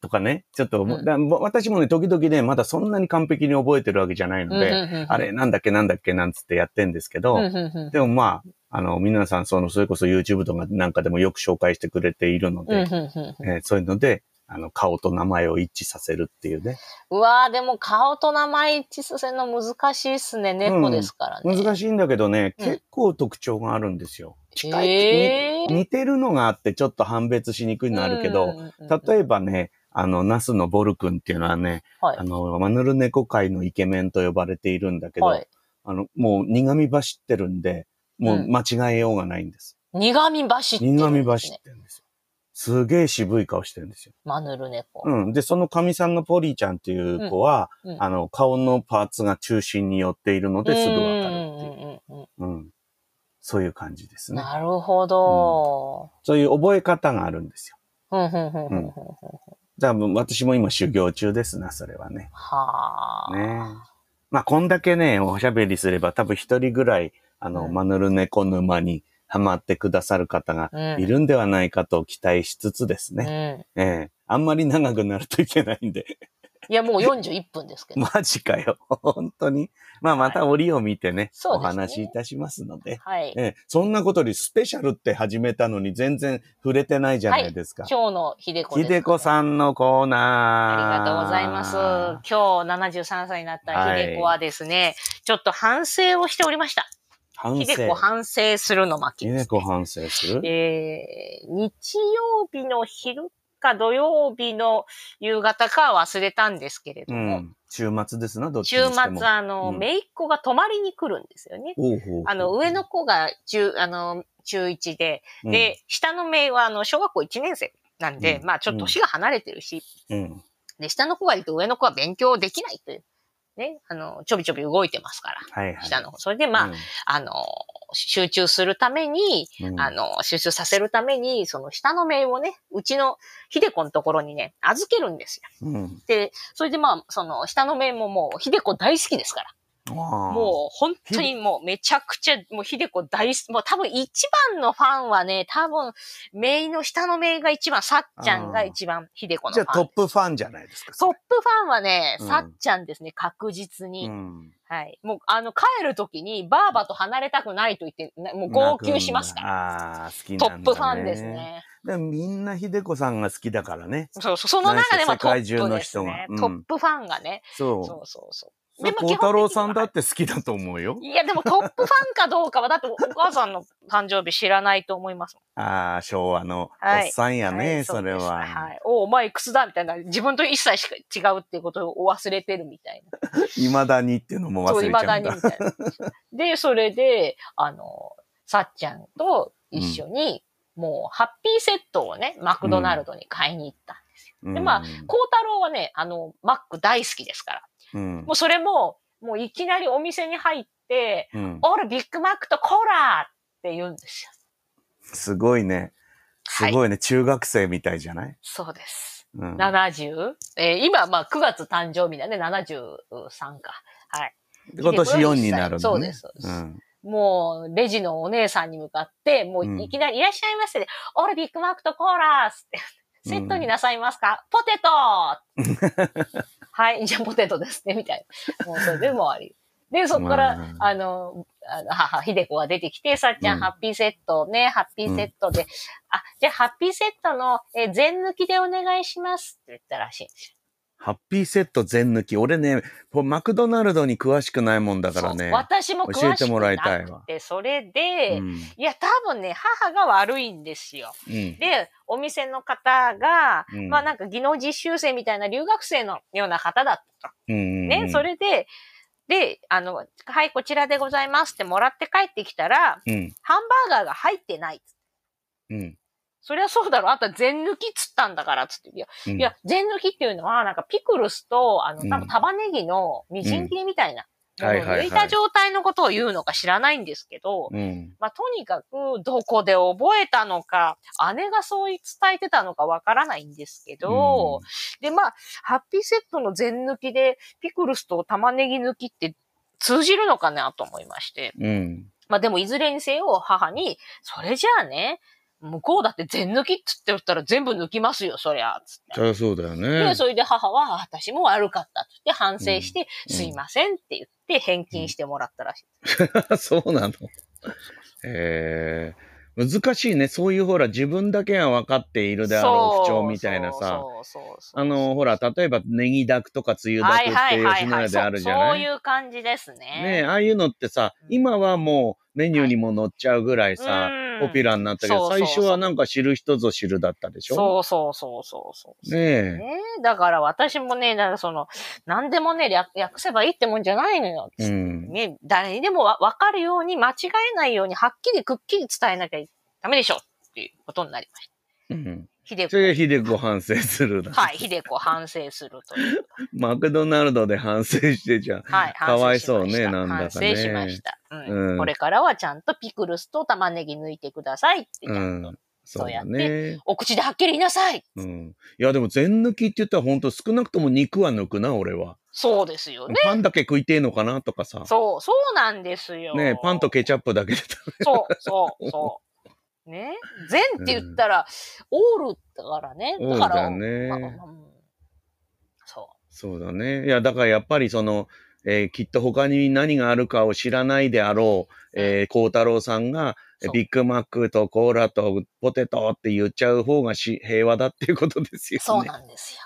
[SPEAKER 2] とかね、ちょっともう、
[SPEAKER 1] うん
[SPEAKER 2] だもう私もね、時々ね、まだそんなに完璧に覚えてるわけじゃないので、
[SPEAKER 1] うんうんうん
[SPEAKER 2] あれ、なんだっけ、なんだっけ、なんつってやってんですけど、
[SPEAKER 1] うんうんうん
[SPEAKER 2] でもまあ、あの、皆さん、その、それこそ YouTube とかなんかでもよく紹介してくれているの
[SPEAKER 1] うんう
[SPEAKER 2] で、
[SPEAKER 1] んうんうん
[SPEAKER 2] えーそういうので、あの、顔と名前を一致させるっていうね。
[SPEAKER 1] うわーでも顔と名前一致させるの難しいっすね。猫ですからね。
[SPEAKER 2] 難
[SPEAKER 1] しい。
[SPEAKER 2] しいんだけどね、
[SPEAKER 1] うん
[SPEAKER 2] 結構特徴があるんですよ。近い、
[SPEAKER 1] え
[SPEAKER 2] に似てるのがあってちょっと判別しにくいのあるけど、
[SPEAKER 1] え
[SPEAKER 2] 例えばね、あの、ナスのボル君っていうのはね、
[SPEAKER 1] ば、はい
[SPEAKER 2] あの、マヌル猫界のイケメンと呼ばれているんだけど、
[SPEAKER 1] はい。
[SPEAKER 2] あの、もう苦味走ってるんで、もう間違えようがない んです。
[SPEAKER 1] 苦味走ってるんです
[SPEAKER 2] 苦
[SPEAKER 1] ね。
[SPEAKER 2] 味走ってるんですよ。すげえ渋い顔してるんですよ。
[SPEAKER 1] マヌルネコ。
[SPEAKER 2] うん。で、その神さんのポリーちゃんっていう子は、
[SPEAKER 1] うんうん
[SPEAKER 2] あの、顔のパーツが中心に寄っているのですぐわか
[SPEAKER 1] う
[SPEAKER 2] る
[SPEAKER 1] ん
[SPEAKER 2] っていう。
[SPEAKER 1] うんうんうん
[SPEAKER 2] うん。そういう感じですね。
[SPEAKER 1] なるほど。
[SPEAKER 2] そういう覚え方があるんですよ。
[SPEAKER 1] ふんふんふんふんふんふん
[SPEAKER 2] だから私も今修行中ですな、それはね。
[SPEAKER 1] はあ。
[SPEAKER 2] ねえまあ、こんだけね、おしゃべりすれば多分一人ぐらい、あの、
[SPEAKER 1] うん
[SPEAKER 2] マヌル猫沼にハマってくださる方が
[SPEAKER 1] うん
[SPEAKER 2] いるんではないかと期待しつつですね。ええあんまり長くなるといけないんで。
[SPEAKER 1] うん。いや、もう41分ですけど。
[SPEAKER 2] マジかよ。本当に。まあ、また折を見てね、
[SPEAKER 1] そう
[SPEAKER 2] お
[SPEAKER 1] ですね
[SPEAKER 2] 話しいたしますので。
[SPEAKER 1] はい。
[SPEAKER 2] ええそんなことよりスペシャルって始めたのに全然触れてないじゃないですか。
[SPEAKER 1] 今日の秀子です、
[SPEAKER 2] ひでこさんのコーナー。
[SPEAKER 1] ありがとうございます。今日73歳になった秀子はですね、ちょっと反省をしておりました。
[SPEAKER 2] 反
[SPEAKER 1] ひで
[SPEAKER 2] 省
[SPEAKER 1] こ。反省するの巻
[SPEAKER 2] ひ
[SPEAKER 1] です
[SPEAKER 2] でこ反省する。
[SPEAKER 1] えー日曜日の昼か土曜日の夕方かは忘れたんですけれど
[SPEAKER 2] う
[SPEAKER 1] も、
[SPEAKER 2] ん。週末ですな、どっちに
[SPEAKER 1] 週
[SPEAKER 2] しても。
[SPEAKER 1] 末、あの、
[SPEAKER 2] うん
[SPEAKER 1] 姪っ子が泊まりに来るんですよね。
[SPEAKER 2] おうほうほう
[SPEAKER 1] あの、上の、子が中、あの、中1で、
[SPEAKER 2] うん、
[SPEAKER 1] で、下の姪は、あの、小学校1年生なんで、
[SPEAKER 2] うん
[SPEAKER 1] まあ、ちょっと年が離れてるし、
[SPEAKER 2] うん。
[SPEAKER 1] で、下の子がいると上の子は勉強できないという、ね、あの、ちょびちょび動いてますか
[SPEAKER 2] はいは
[SPEAKER 1] ら、
[SPEAKER 2] い。
[SPEAKER 1] 下の子。それで、まあ、あの、集中するために、
[SPEAKER 2] うん、うん
[SPEAKER 1] あ、の、収集させるために、その下の名をね、うちのひでこのところにね、預けるんですよ。
[SPEAKER 2] うん。
[SPEAKER 1] で、それでまあ、その下の名ももう、ひでこ大好きですから。
[SPEAKER 2] も
[SPEAKER 1] もう、本当にもう、めちゃくちゃ、もうひでこ大好き。もう多分一番のファンはね、多分、名の下の名が一番、さっちゃんが一番、ひでこの
[SPEAKER 2] じ
[SPEAKER 1] フ
[SPEAKER 2] ゃあト
[SPEAKER 1] ァ
[SPEAKER 2] ッ
[SPEAKER 1] ン。
[SPEAKER 2] プファンじゃないですか。
[SPEAKER 1] トップファンはね、
[SPEAKER 2] うん
[SPEAKER 1] さっちゃんですね、確実に。
[SPEAKER 2] うん。
[SPEAKER 1] はい。もう、あの、帰るときに、ばあばと離れたくないと言って、なもう号泣しますから。
[SPEAKER 2] ら。ああー、好き
[SPEAKER 1] ト
[SPEAKER 2] な
[SPEAKER 1] ッ
[SPEAKER 2] んだ、ね。
[SPEAKER 1] プファンです。ね。
[SPEAKER 2] でもみんな秀子さんが好きだからね。
[SPEAKER 1] そうそう、その中でもト
[SPEAKER 2] 世界中
[SPEAKER 1] ップ
[SPEAKER 2] の
[SPEAKER 1] です
[SPEAKER 2] 人が
[SPEAKER 1] ね
[SPEAKER 2] う。ん
[SPEAKER 1] トップファンがね。そ
[SPEAKER 2] そう
[SPEAKER 1] そうそう。
[SPEAKER 2] う。で
[SPEAKER 1] も
[SPEAKER 2] 孝太郎さんだって好きだと思うよ。
[SPEAKER 1] いや、でもトップファンかどうかは、だってお母さんの誕生日知らないと思いますもん。
[SPEAKER 2] ああ、昭和の
[SPEAKER 1] はい
[SPEAKER 2] おっさんやね、
[SPEAKER 1] い
[SPEAKER 2] そうれ
[SPEAKER 1] です
[SPEAKER 2] は。
[SPEAKER 1] はい。お、お前いくつだみたいな。自分と一切しか違うっていうことを忘れてるみたいな。
[SPEAKER 2] いまだにっていうのも忘
[SPEAKER 1] そう、
[SPEAKER 2] れちゃ
[SPEAKER 1] 未
[SPEAKER 2] う
[SPEAKER 1] だ
[SPEAKER 2] ん
[SPEAKER 1] に
[SPEAKER 2] だ。
[SPEAKER 1] みたいな。で、それで、あの、さっちゃんと一緒に、もう、ハッピーセットをね、マクドナルドに買いに行った。
[SPEAKER 2] うん
[SPEAKER 1] でまあ、孝太郎はね、あの、マック大好きですから。
[SPEAKER 2] うん
[SPEAKER 1] もうそれも、もういきなりお店に入って、
[SPEAKER 2] うん
[SPEAKER 1] オールビッグマックとコーラって言うんですよ。
[SPEAKER 2] すごいね。す
[SPEAKER 1] はい。
[SPEAKER 2] ごいね。中学生みたいじゃない
[SPEAKER 1] そうです。
[SPEAKER 2] うん。
[SPEAKER 1] 70? えー今、まあ9月誕生日なんで73か。はい。
[SPEAKER 2] 今年4になるんだね。
[SPEAKER 1] そうですそうです
[SPEAKER 2] ん
[SPEAKER 1] もう、レジのお姉さんに向かって、も
[SPEAKER 2] うん
[SPEAKER 1] ういきなり、いらっしゃいませで、オールビッグマックとコーラーって、
[SPEAKER 2] うん
[SPEAKER 1] セットになさいますか、ポテト はい、じゃあポテトですね、みたいな。もうそれでもう終わり。で、そこから、
[SPEAKER 2] うん
[SPEAKER 1] あの、あの母、ひでこが出てきて、さっちゃん、
[SPEAKER 2] うん
[SPEAKER 1] ハッピーセットね、ハッピーセットで、あ、じゃあハッピーセットの、え、全抜きでお願いしますって言ったらしいんですよ。
[SPEAKER 2] ハッピーセット全抜き。俺ね、こうマクドナルドに詳しくないもんだから
[SPEAKER 1] そ
[SPEAKER 2] ね
[SPEAKER 1] う。私も
[SPEAKER 2] 教え
[SPEAKER 1] 詳してく
[SPEAKER 2] もらいたい
[SPEAKER 1] な
[SPEAKER 2] わ
[SPEAKER 1] くて、それで、
[SPEAKER 2] うん
[SPEAKER 1] いや、多分ね、母が悪いんですよ。
[SPEAKER 2] うん
[SPEAKER 1] で、お店の方が、
[SPEAKER 2] うん
[SPEAKER 1] まあなんか技能実習生みたいな留学生のような方だった
[SPEAKER 2] う
[SPEAKER 1] と。
[SPEAKER 2] ん
[SPEAKER 1] ね、
[SPEAKER 2] うん
[SPEAKER 1] それで、で、あの、はい、こちらでございますってもらって帰ってきたら、
[SPEAKER 2] うん。
[SPEAKER 1] ハンバーガーが入ってない。
[SPEAKER 2] うん。
[SPEAKER 1] そりゃそうだろ。あんた全抜きっつったんだから、つって。いや、
[SPEAKER 2] うん
[SPEAKER 1] いや、全抜きっていうのは、なんかピクルスと、あの、
[SPEAKER 2] うん
[SPEAKER 1] 多分玉ねぎのみじん切りみたいな。
[SPEAKER 2] うん
[SPEAKER 1] も
[SPEAKER 2] は
[SPEAKER 1] の
[SPEAKER 2] い
[SPEAKER 1] を
[SPEAKER 2] はいは
[SPEAKER 1] 抜
[SPEAKER 2] い
[SPEAKER 1] いた状態のことを言うのか知らないんですけど、
[SPEAKER 2] うん。
[SPEAKER 1] まあ、とにかく、どこで覚えたのか、姉がそう伝えてたのかわからないんですけど、で、まあ、ハッピーセットの全抜きで、ピクルスと玉ねぎ抜きって通じるのかなと思いまして。
[SPEAKER 2] うん。
[SPEAKER 1] まあでも、いずれにせよ、母に、それじゃあね、向こうだって全抜きっつって言ったら全部抜きますよ、そりゃ、つって。
[SPEAKER 2] そりゃそうだよね
[SPEAKER 1] で、。それで母は、あ私も悪かったって言って反省して、
[SPEAKER 2] うん
[SPEAKER 1] すいませんって言って返金してもらったらしい。
[SPEAKER 2] そうなの。えー、難しいね。そういうほら、自分だけが分かっているであろう不調みたいなさ。
[SPEAKER 1] そうそうそうそう
[SPEAKER 2] あの、ほら、例えば、ネギダクとか梅雨ダクっていう吉野家であるじゃ
[SPEAKER 1] そう
[SPEAKER 2] な
[SPEAKER 1] そう
[SPEAKER 2] い
[SPEAKER 1] いう感じですね。
[SPEAKER 2] ねえ、ああいうのってさ、今はもうメニューにも載っちゃうぐらいさ、ポピュ
[SPEAKER 1] ラ
[SPEAKER 2] ラーになったけど、
[SPEAKER 1] そうそうそう
[SPEAKER 2] 最初はなんか知る人ぞ知るだったでしょ
[SPEAKER 1] そうそうそうそうそう。
[SPEAKER 2] ね
[SPEAKER 1] ね
[SPEAKER 2] え。
[SPEAKER 1] えだから私もね、なんかその、何でもね、略略せばいいってもんじゃないのよ。
[SPEAKER 2] うん。
[SPEAKER 1] ね、誰にでもわ分かるように、間違えないように、はっきりくっきり伝えなきゃダメでしょっていうことになりました。
[SPEAKER 2] うん。
[SPEAKER 1] ひで
[SPEAKER 2] それ
[SPEAKER 1] こ。
[SPEAKER 2] でひでこ反省するな。
[SPEAKER 1] はい、ひでこ反省すると いう。
[SPEAKER 2] マクドナルドで反省してじゃん。
[SPEAKER 1] はい、
[SPEAKER 2] かわ
[SPEAKER 1] 反省
[SPEAKER 2] い
[SPEAKER 1] しました
[SPEAKER 2] そうねなんだかね
[SPEAKER 1] 反省しました。う
[SPEAKER 2] うん
[SPEAKER 1] ん。これからはちゃんとピクルスと玉ねぎ抜いてくださいって、ちゃ
[SPEAKER 2] うん
[SPEAKER 1] と。
[SPEAKER 2] ん。そうだね。
[SPEAKER 1] お口ではっきり言いなさい
[SPEAKER 2] うん。いや、でも全抜きって言ったらほんと少なくとも肉は抜くな、俺は。
[SPEAKER 1] そうですよね。
[SPEAKER 2] パンだけ食いてえのかなとかさ。
[SPEAKER 1] そう、そうなんですよ。
[SPEAKER 2] ねえパンとケチャップだけで食べ
[SPEAKER 1] そう、そう、そう。ね。全って言ったら、オールだからね。
[SPEAKER 2] る
[SPEAKER 1] だ
[SPEAKER 2] ん
[SPEAKER 1] か
[SPEAKER 2] だ
[SPEAKER 1] ら、
[SPEAKER 2] よね。
[SPEAKER 1] まあまあうんそ
[SPEAKER 2] そうだね。いや、だからやっぱりその、えーきっと他に何があるかを知らないであろう、えー、孝太郎さんが、え
[SPEAKER 1] そう
[SPEAKER 2] ビッグマックとコーラとポテトって言っちゃう方がし平和だっていうことですよ
[SPEAKER 1] う、そ
[SPEAKER 2] ね。
[SPEAKER 1] うなんですよ。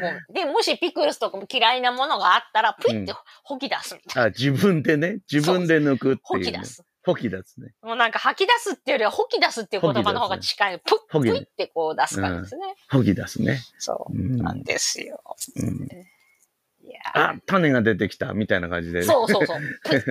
[SPEAKER 1] もうで、もしピクルスとかも嫌いなものがあったら、ぷいってほき出すみたいな。
[SPEAKER 2] あ自分でね、自分で抜くって
[SPEAKER 1] ほ
[SPEAKER 2] いう
[SPEAKER 1] き
[SPEAKER 2] ね、
[SPEAKER 1] 出す。
[SPEAKER 2] ポキですね。
[SPEAKER 1] もうなんか吐き出すっていうよりは、吐き出すっていう言葉の方が近い。ぷっ
[SPEAKER 2] 吐
[SPEAKER 1] ぷ
[SPEAKER 2] き出す
[SPEAKER 1] いってこう出す感じですね。
[SPEAKER 2] ポキですね。
[SPEAKER 1] そうう。
[SPEAKER 2] ん
[SPEAKER 1] なんですよ。
[SPEAKER 2] うん
[SPEAKER 1] い
[SPEAKER 2] あ
[SPEAKER 1] や、
[SPEAKER 2] 種が出てきたみたいな感じで。
[SPEAKER 1] ーそう そうそう。ぷいっ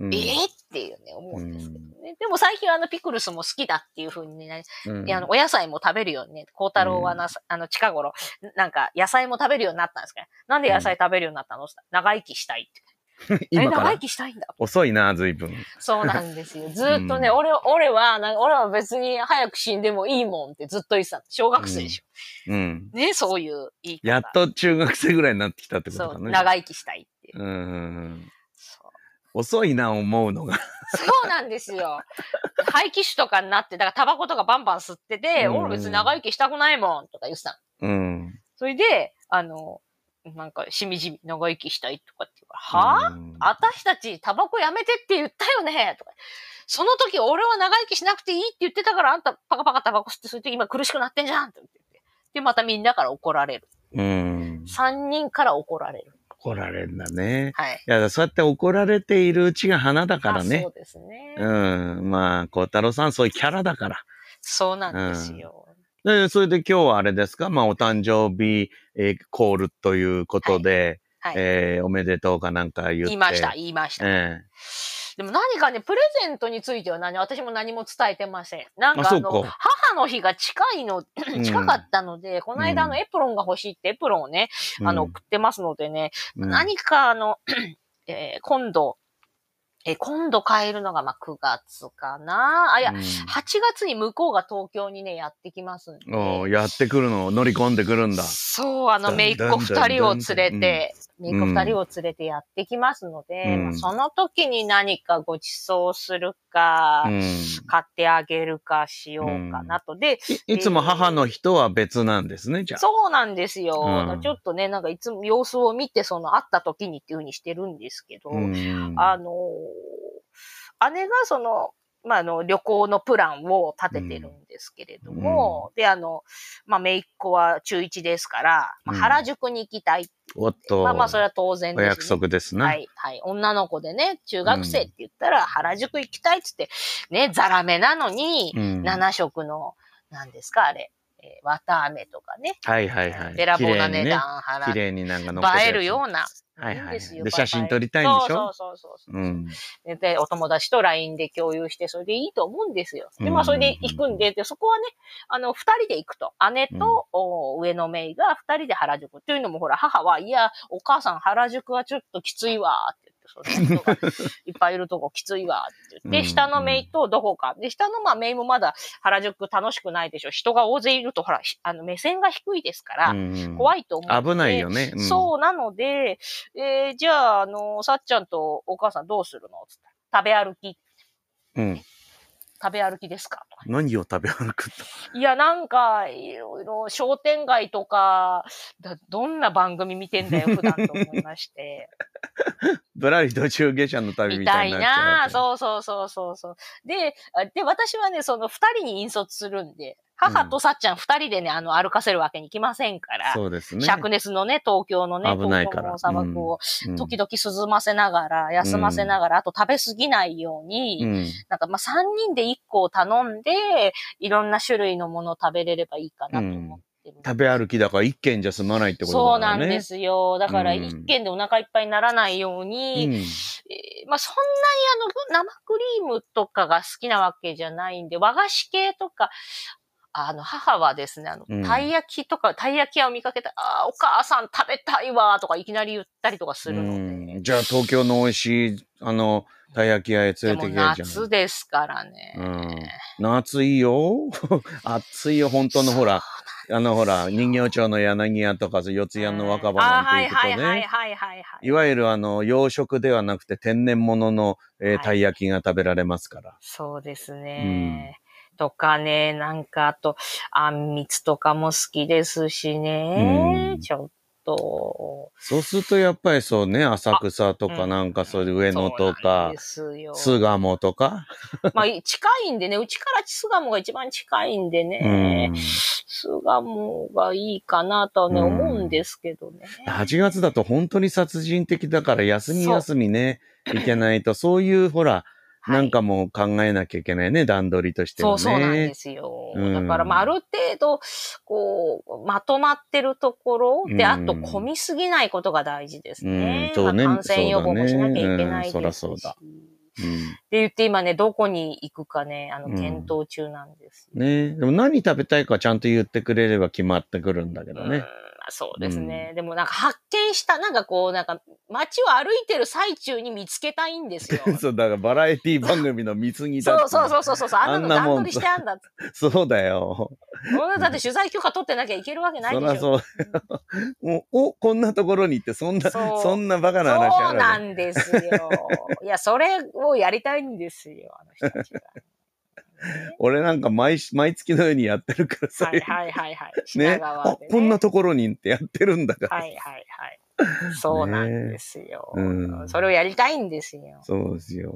[SPEAKER 1] ていう。
[SPEAKER 2] うん。
[SPEAKER 1] ええっていうね、思うんですけどね。でも最近はあのピクルスも好きだっていう風にね、
[SPEAKER 2] うん
[SPEAKER 1] いやあのお野菜も食べるようにね、孝太郎はな、あの近頃、なんか野菜も食べるようになったんですけど、なんで野菜食べるようになったのって言ったら長生きしたいって。え、
[SPEAKER 2] 今か
[SPEAKER 1] 長
[SPEAKER 2] ら
[SPEAKER 1] 生きしたいんだ。
[SPEAKER 2] 遅いな、随分。
[SPEAKER 1] そうなんです よ。ずーっとね、
[SPEAKER 2] うん
[SPEAKER 1] 俺は、俺は、な俺は別に早く死んでもいいもんってずっと言ってたの。小学生でしょ。
[SPEAKER 2] うん。
[SPEAKER 1] ね、そういう言い方。
[SPEAKER 2] やっと中学生ぐらいになってきたってこ
[SPEAKER 1] そ
[SPEAKER 2] とか
[SPEAKER 1] う、
[SPEAKER 2] ね。
[SPEAKER 1] 長生きしたいっていう。
[SPEAKER 2] うんうんうん。
[SPEAKER 1] そう
[SPEAKER 2] 遅いな、思うのが。
[SPEAKER 1] そうなんですよ。 廃棄種とかになって、だからタバコとかバンバン吸ってて、
[SPEAKER 2] うん
[SPEAKER 1] 俺別に長生きしたくないもんとか言ってたの。
[SPEAKER 2] うん。
[SPEAKER 1] それで、あの、なんか、しみじみ長生きしたいとかっていうから、はぁ、
[SPEAKER 2] うん
[SPEAKER 1] 私たちタバコやめてって言ったよねとか。その時俺は長生きしなくていいって言ってたからあんたパカパカタバコ吸ってそれで今苦しくなってんじゃんとか言って。で、またみんなから怒られる。
[SPEAKER 2] うん。
[SPEAKER 1] 3人から怒られる。
[SPEAKER 2] 怒られるんだね。
[SPEAKER 1] はい。
[SPEAKER 2] いや、そうやって怒られているうちが花だから
[SPEAKER 1] あ
[SPEAKER 2] ね
[SPEAKER 1] そ。うですね。
[SPEAKER 2] うん。まあ、孝太郎さん、そういうキャラだから。
[SPEAKER 1] そうなんですよ。
[SPEAKER 2] で、それで今日はあれですかまあ、お誕生日、えーコールということで、
[SPEAKER 1] はい。
[SPEAKER 2] えーおめでとうかなんか言って。
[SPEAKER 1] 言いました、言いました。
[SPEAKER 2] え
[SPEAKER 1] でも何かね、プレゼントについては何、私も何も伝えてません。なんか
[SPEAKER 2] あそ
[SPEAKER 1] あ
[SPEAKER 2] うか
[SPEAKER 1] の、母の日が近いの、
[SPEAKER 2] えうん
[SPEAKER 1] 近かったので、この間あのエプロンが欲しいってエプロンをね、あの、
[SPEAKER 2] うん
[SPEAKER 1] 送ってますのでね、
[SPEAKER 2] うん
[SPEAKER 1] 何かあの、えー今度、えー今度買えるのがまあ9月かな。あ、いや、
[SPEAKER 2] う
[SPEAKER 1] 8
[SPEAKER 2] ん
[SPEAKER 1] 月に向こうが東京にね、やってきますんで。
[SPEAKER 2] おーやってくるの、乗り込んでくるんだ。
[SPEAKER 1] そう、あの、
[SPEAKER 2] だんだん
[SPEAKER 1] 姪っ子二人を連れて、姪っ子
[SPEAKER 2] うん
[SPEAKER 1] 二人を連れてやってきますので、
[SPEAKER 2] うん
[SPEAKER 1] まあその時に何かご馳走するか、
[SPEAKER 2] うん
[SPEAKER 1] 買ってあげるかしようかなと。で、
[SPEAKER 2] いいつも母の日とは別なんですね、じゃあ。
[SPEAKER 1] そうなんですよ。
[SPEAKER 2] うん
[SPEAKER 1] だからちょっとね、なんかいつも様子を見て、その会った時にっていうふうにしてるんですけど、
[SPEAKER 2] うん
[SPEAKER 1] あのー姉がその、まあ、あの、旅行のプランを立ててるんですけれども、で、あの、まあ、姪っ子は中1ですから、まあ、
[SPEAKER 2] うん
[SPEAKER 1] 原宿に行きたい。
[SPEAKER 2] おっと、
[SPEAKER 1] まあまあ、それは当然
[SPEAKER 2] お
[SPEAKER 1] です、ね。
[SPEAKER 2] 約束ですな。
[SPEAKER 1] はい、はい。女の子でね、中学生って言ったら、原宿行きたいっつって、ね、ザラメなのに、
[SPEAKER 2] うんはい
[SPEAKER 1] 7色の、何ですか、あれ、えー、綿飴とかね、
[SPEAKER 2] はいはい。
[SPEAKER 1] べらぼうな値
[SPEAKER 2] 綺麗にね
[SPEAKER 1] 段払
[SPEAKER 2] 綺
[SPEAKER 1] って、
[SPEAKER 2] 麗になんか乗
[SPEAKER 1] 映えるような。
[SPEAKER 2] はいはいはい
[SPEAKER 1] いんですよ
[SPEAKER 2] で
[SPEAKER 1] 映え
[SPEAKER 2] 写真撮りたいんでし
[SPEAKER 1] そう
[SPEAKER 2] ょ
[SPEAKER 1] そうそうそうそう
[SPEAKER 2] う。ん。
[SPEAKER 1] でで、お友達と LINE で共有して、それでいいと思うんですよ。で、まあ、
[SPEAKER 2] うんう
[SPEAKER 1] そ
[SPEAKER 2] んう
[SPEAKER 1] れ
[SPEAKER 2] ん
[SPEAKER 1] で行くんで、で、そこはね、あの、二人で行くと。姉と、お上のメイが二人で原宿。というのも、ほら、母は、いや、お母さん原宿はちょっときついわ、って言って、その人がいっぱいいるとこきついわ、って
[SPEAKER 2] うん
[SPEAKER 1] 言っ
[SPEAKER 2] うん
[SPEAKER 1] て、下のメイとどこか。で、下のまあメイもまだ原宿楽しくないでしょ。人が大勢いると、ほら、ひあの、目線が低いですから、
[SPEAKER 2] 怖い。
[SPEAKER 1] 怖いと思う。
[SPEAKER 2] 危ないよね。うん
[SPEAKER 1] そうなので、えーじゃあ、あの、さっちゃんとお母さんどうするのつって食べ歩き、
[SPEAKER 2] うん。
[SPEAKER 1] 食べ歩きですかとか
[SPEAKER 2] 何を食べ 歩くと。
[SPEAKER 1] いや、なんか、いろいろ商店街とか、だどんな番組見てんだよ、 普段と思いまして。
[SPEAKER 2] ぶらり途中下車の旅
[SPEAKER 1] み
[SPEAKER 2] み
[SPEAKER 1] た
[SPEAKER 2] たい
[SPEAKER 1] い
[SPEAKER 2] にな
[SPEAKER 1] な
[SPEAKER 2] っちゃうわ
[SPEAKER 1] そうそうそうそうそう。で、あで、私はね、その二人に引率するんで、母とさっちゃん二人でね、あの、歩かせるわけにいきませんか
[SPEAKER 2] け。
[SPEAKER 1] ら。
[SPEAKER 2] そうですね。
[SPEAKER 1] 灼熱のね、東京のね、
[SPEAKER 2] 危ないか
[SPEAKER 1] 東
[SPEAKER 2] ら
[SPEAKER 1] 京の砂漠を
[SPEAKER 2] うん
[SPEAKER 1] 時々涼ませながら、休ませながら、あと食べ過ぎないように、
[SPEAKER 2] うん
[SPEAKER 1] なんかまあ3人で1個を頼んで、いろんな種類のものを食べれればいいかなと思ってる。
[SPEAKER 2] 食べ歩きだから一軒じゃ済まないって
[SPEAKER 1] そ
[SPEAKER 2] こと
[SPEAKER 1] う
[SPEAKER 2] だ
[SPEAKER 1] な
[SPEAKER 2] よ
[SPEAKER 1] ん
[SPEAKER 2] ね。
[SPEAKER 1] ですよ。だから
[SPEAKER 2] うん
[SPEAKER 1] 一軒でお腹いっぱいにならないように、
[SPEAKER 2] す。
[SPEAKER 1] えーまあそんなにあの生クリームとかが好きなわけじゃないんで、和菓子系とか、あの母はですね、あの
[SPEAKER 2] うん、
[SPEAKER 1] たい焼きとか、たい焼き屋を見かけたああ、お母さん食べたいわーとかいきなり言ったりとかす
[SPEAKER 2] う
[SPEAKER 1] るので。
[SPEAKER 2] ん。じゃあ東京の美味しい、あの、たい焼き屋へ
[SPEAKER 1] で
[SPEAKER 2] 連れ
[SPEAKER 1] も
[SPEAKER 2] てけじゃん。
[SPEAKER 1] 夏ですからね。
[SPEAKER 2] うん夏いいよ。 暑いよ、本当のほら。あのほら、人形町の柳屋とか、四谷の若葉なんて
[SPEAKER 1] あ
[SPEAKER 2] いう
[SPEAKER 1] ー
[SPEAKER 2] と
[SPEAKER 1] はいはい
[SPEAKER 2] ね。
[SPEAKER 1] はいはいはいい。
[SPEAKER 2] わゆるあの、洋食ではなくて天然物の、えー
[SPEAKER 1] はい
[SPEAKER 2] たい焼きが食べられますから。
[SPEAKER 1] そうですね。とかね、なんかあと、あんみつとかも好きですしね。
[SPEAKER 2] うん
[SPEAKER 1] ちょっと。
[SPEAKER 2] そうするとやっぱりそうね、浅草とか
[SPEAKER 1] うん
[SPEAKER 2] なんかそういう上野と
[SPEAKER 1] そうな
[SPEAKER 2] か
[SPEAKER 1] んで、すよ。
[SPEAKER 2] 巣鴨とか。
[SPEAKER 1] まあ、近いんでね、うちから巣鴨が一番近いんでね
[SPEAKER 2] う。ん
[SPEAKER 1] 巣鴨がいいかなとはね、
[SPEAKER 2] うん
[SPEAKER 1] 思うんですけどね。
[SPEAKER 2] 8月だと本当に殺人的だから休み
[SPEAKER 1] そう
[SPEAKER 2] 休みね、いけないと、そういうほら、
[SPEAKER 1] はい
[SPEAKER 2] なんかもう考えなきゃいけないね、段取りとして
[SPEAKER 1] そ
[SPEAKER 2] はね。
[SPEAKER 1] うそうなんですよ。
[SPEAKER 2] うん
[SPEAKER 1] だから、まあ、ある程度、こう、まとまってるところ
[SPEAKER 2] うん
[SPEAKER 1] で、あと、混みすぎないことが大事ですね。
[SPEAKER 2] うんそうね
[SPEAKER 1] まあ感染予防もしなきゃいけないですし。
[SPEAKER 2] そうだねうんそらそうだうん
[SPEAKER 1] って言って、今ね、どこに行くかね、あの、
[SPEAKER 2] うん
[SPEAKER 1] 検討中なんです。
[SPEAKER 2] ねでも何食べたいかちゃんと言ってくれれば決まってくるんだけど
[SPEAKER 1] うん
[SPEAKER 2] ね。
[SPEAKER 1] そうですね、でもなんか発見した、なんかこう、なんか街を歩いてる最中に見つけたいんですよ。
[SPEAKER 2] そう、だからバラエティ番組の貢ぎだ
[SPEAKER 1] そう
[SPEAKER 2] って
[SPEAKER 1] そうそうそうそう、あんなの
[SPEAKER 2] あんな
[SPEAKER 1] 段
[SPEAKER 2] もん
[SPEAKER 1] 取りしてあんだって。
[SPEAKER 2] そうだよ。
[SPEAKER 1] こんなだって取材許可取ってなきゃいけるわけない
[SPEAKER 2] そ
[SPEAKER 1] でし
[SPEAKER 2] ら
[SPEAKER 1] ょ。
[SPEAKER 2] そう。 もうお、こんなところに行って、そんな、
[SPEAKER 1] そう
[SPEAKER 2] そんなバカな話
[SPEAKER 1] そ
[SPEAKER 2] あ
[SPEAKER 1] う
[SPEAKER 2] るわ
[SPEAKER 1] な
[SPEAKER 2] け
[SPEAKER 1] んです よ。いや、それをやりたいんですよ、あの人たち が。
[SPEAKER 2] 俺なんか毎し、毎月のようにやってるからさ。
[SPEAKER 1] はいはいはいはい。
[SPEAKER 2] ね
[SPEAKER 1] 品川
[SPEAKER 2] あ
[SPEAKER 1] で、ね。
[SPEAKER 2] こんなところにってやってるんだから。
[SPEAKER 1] はいはいはい。そうなんですよ、
[SPEAKER 2] ねうん
[SPEAKER 1] それをやりたいんですよ。
[SPEAKER 2] そうですよ。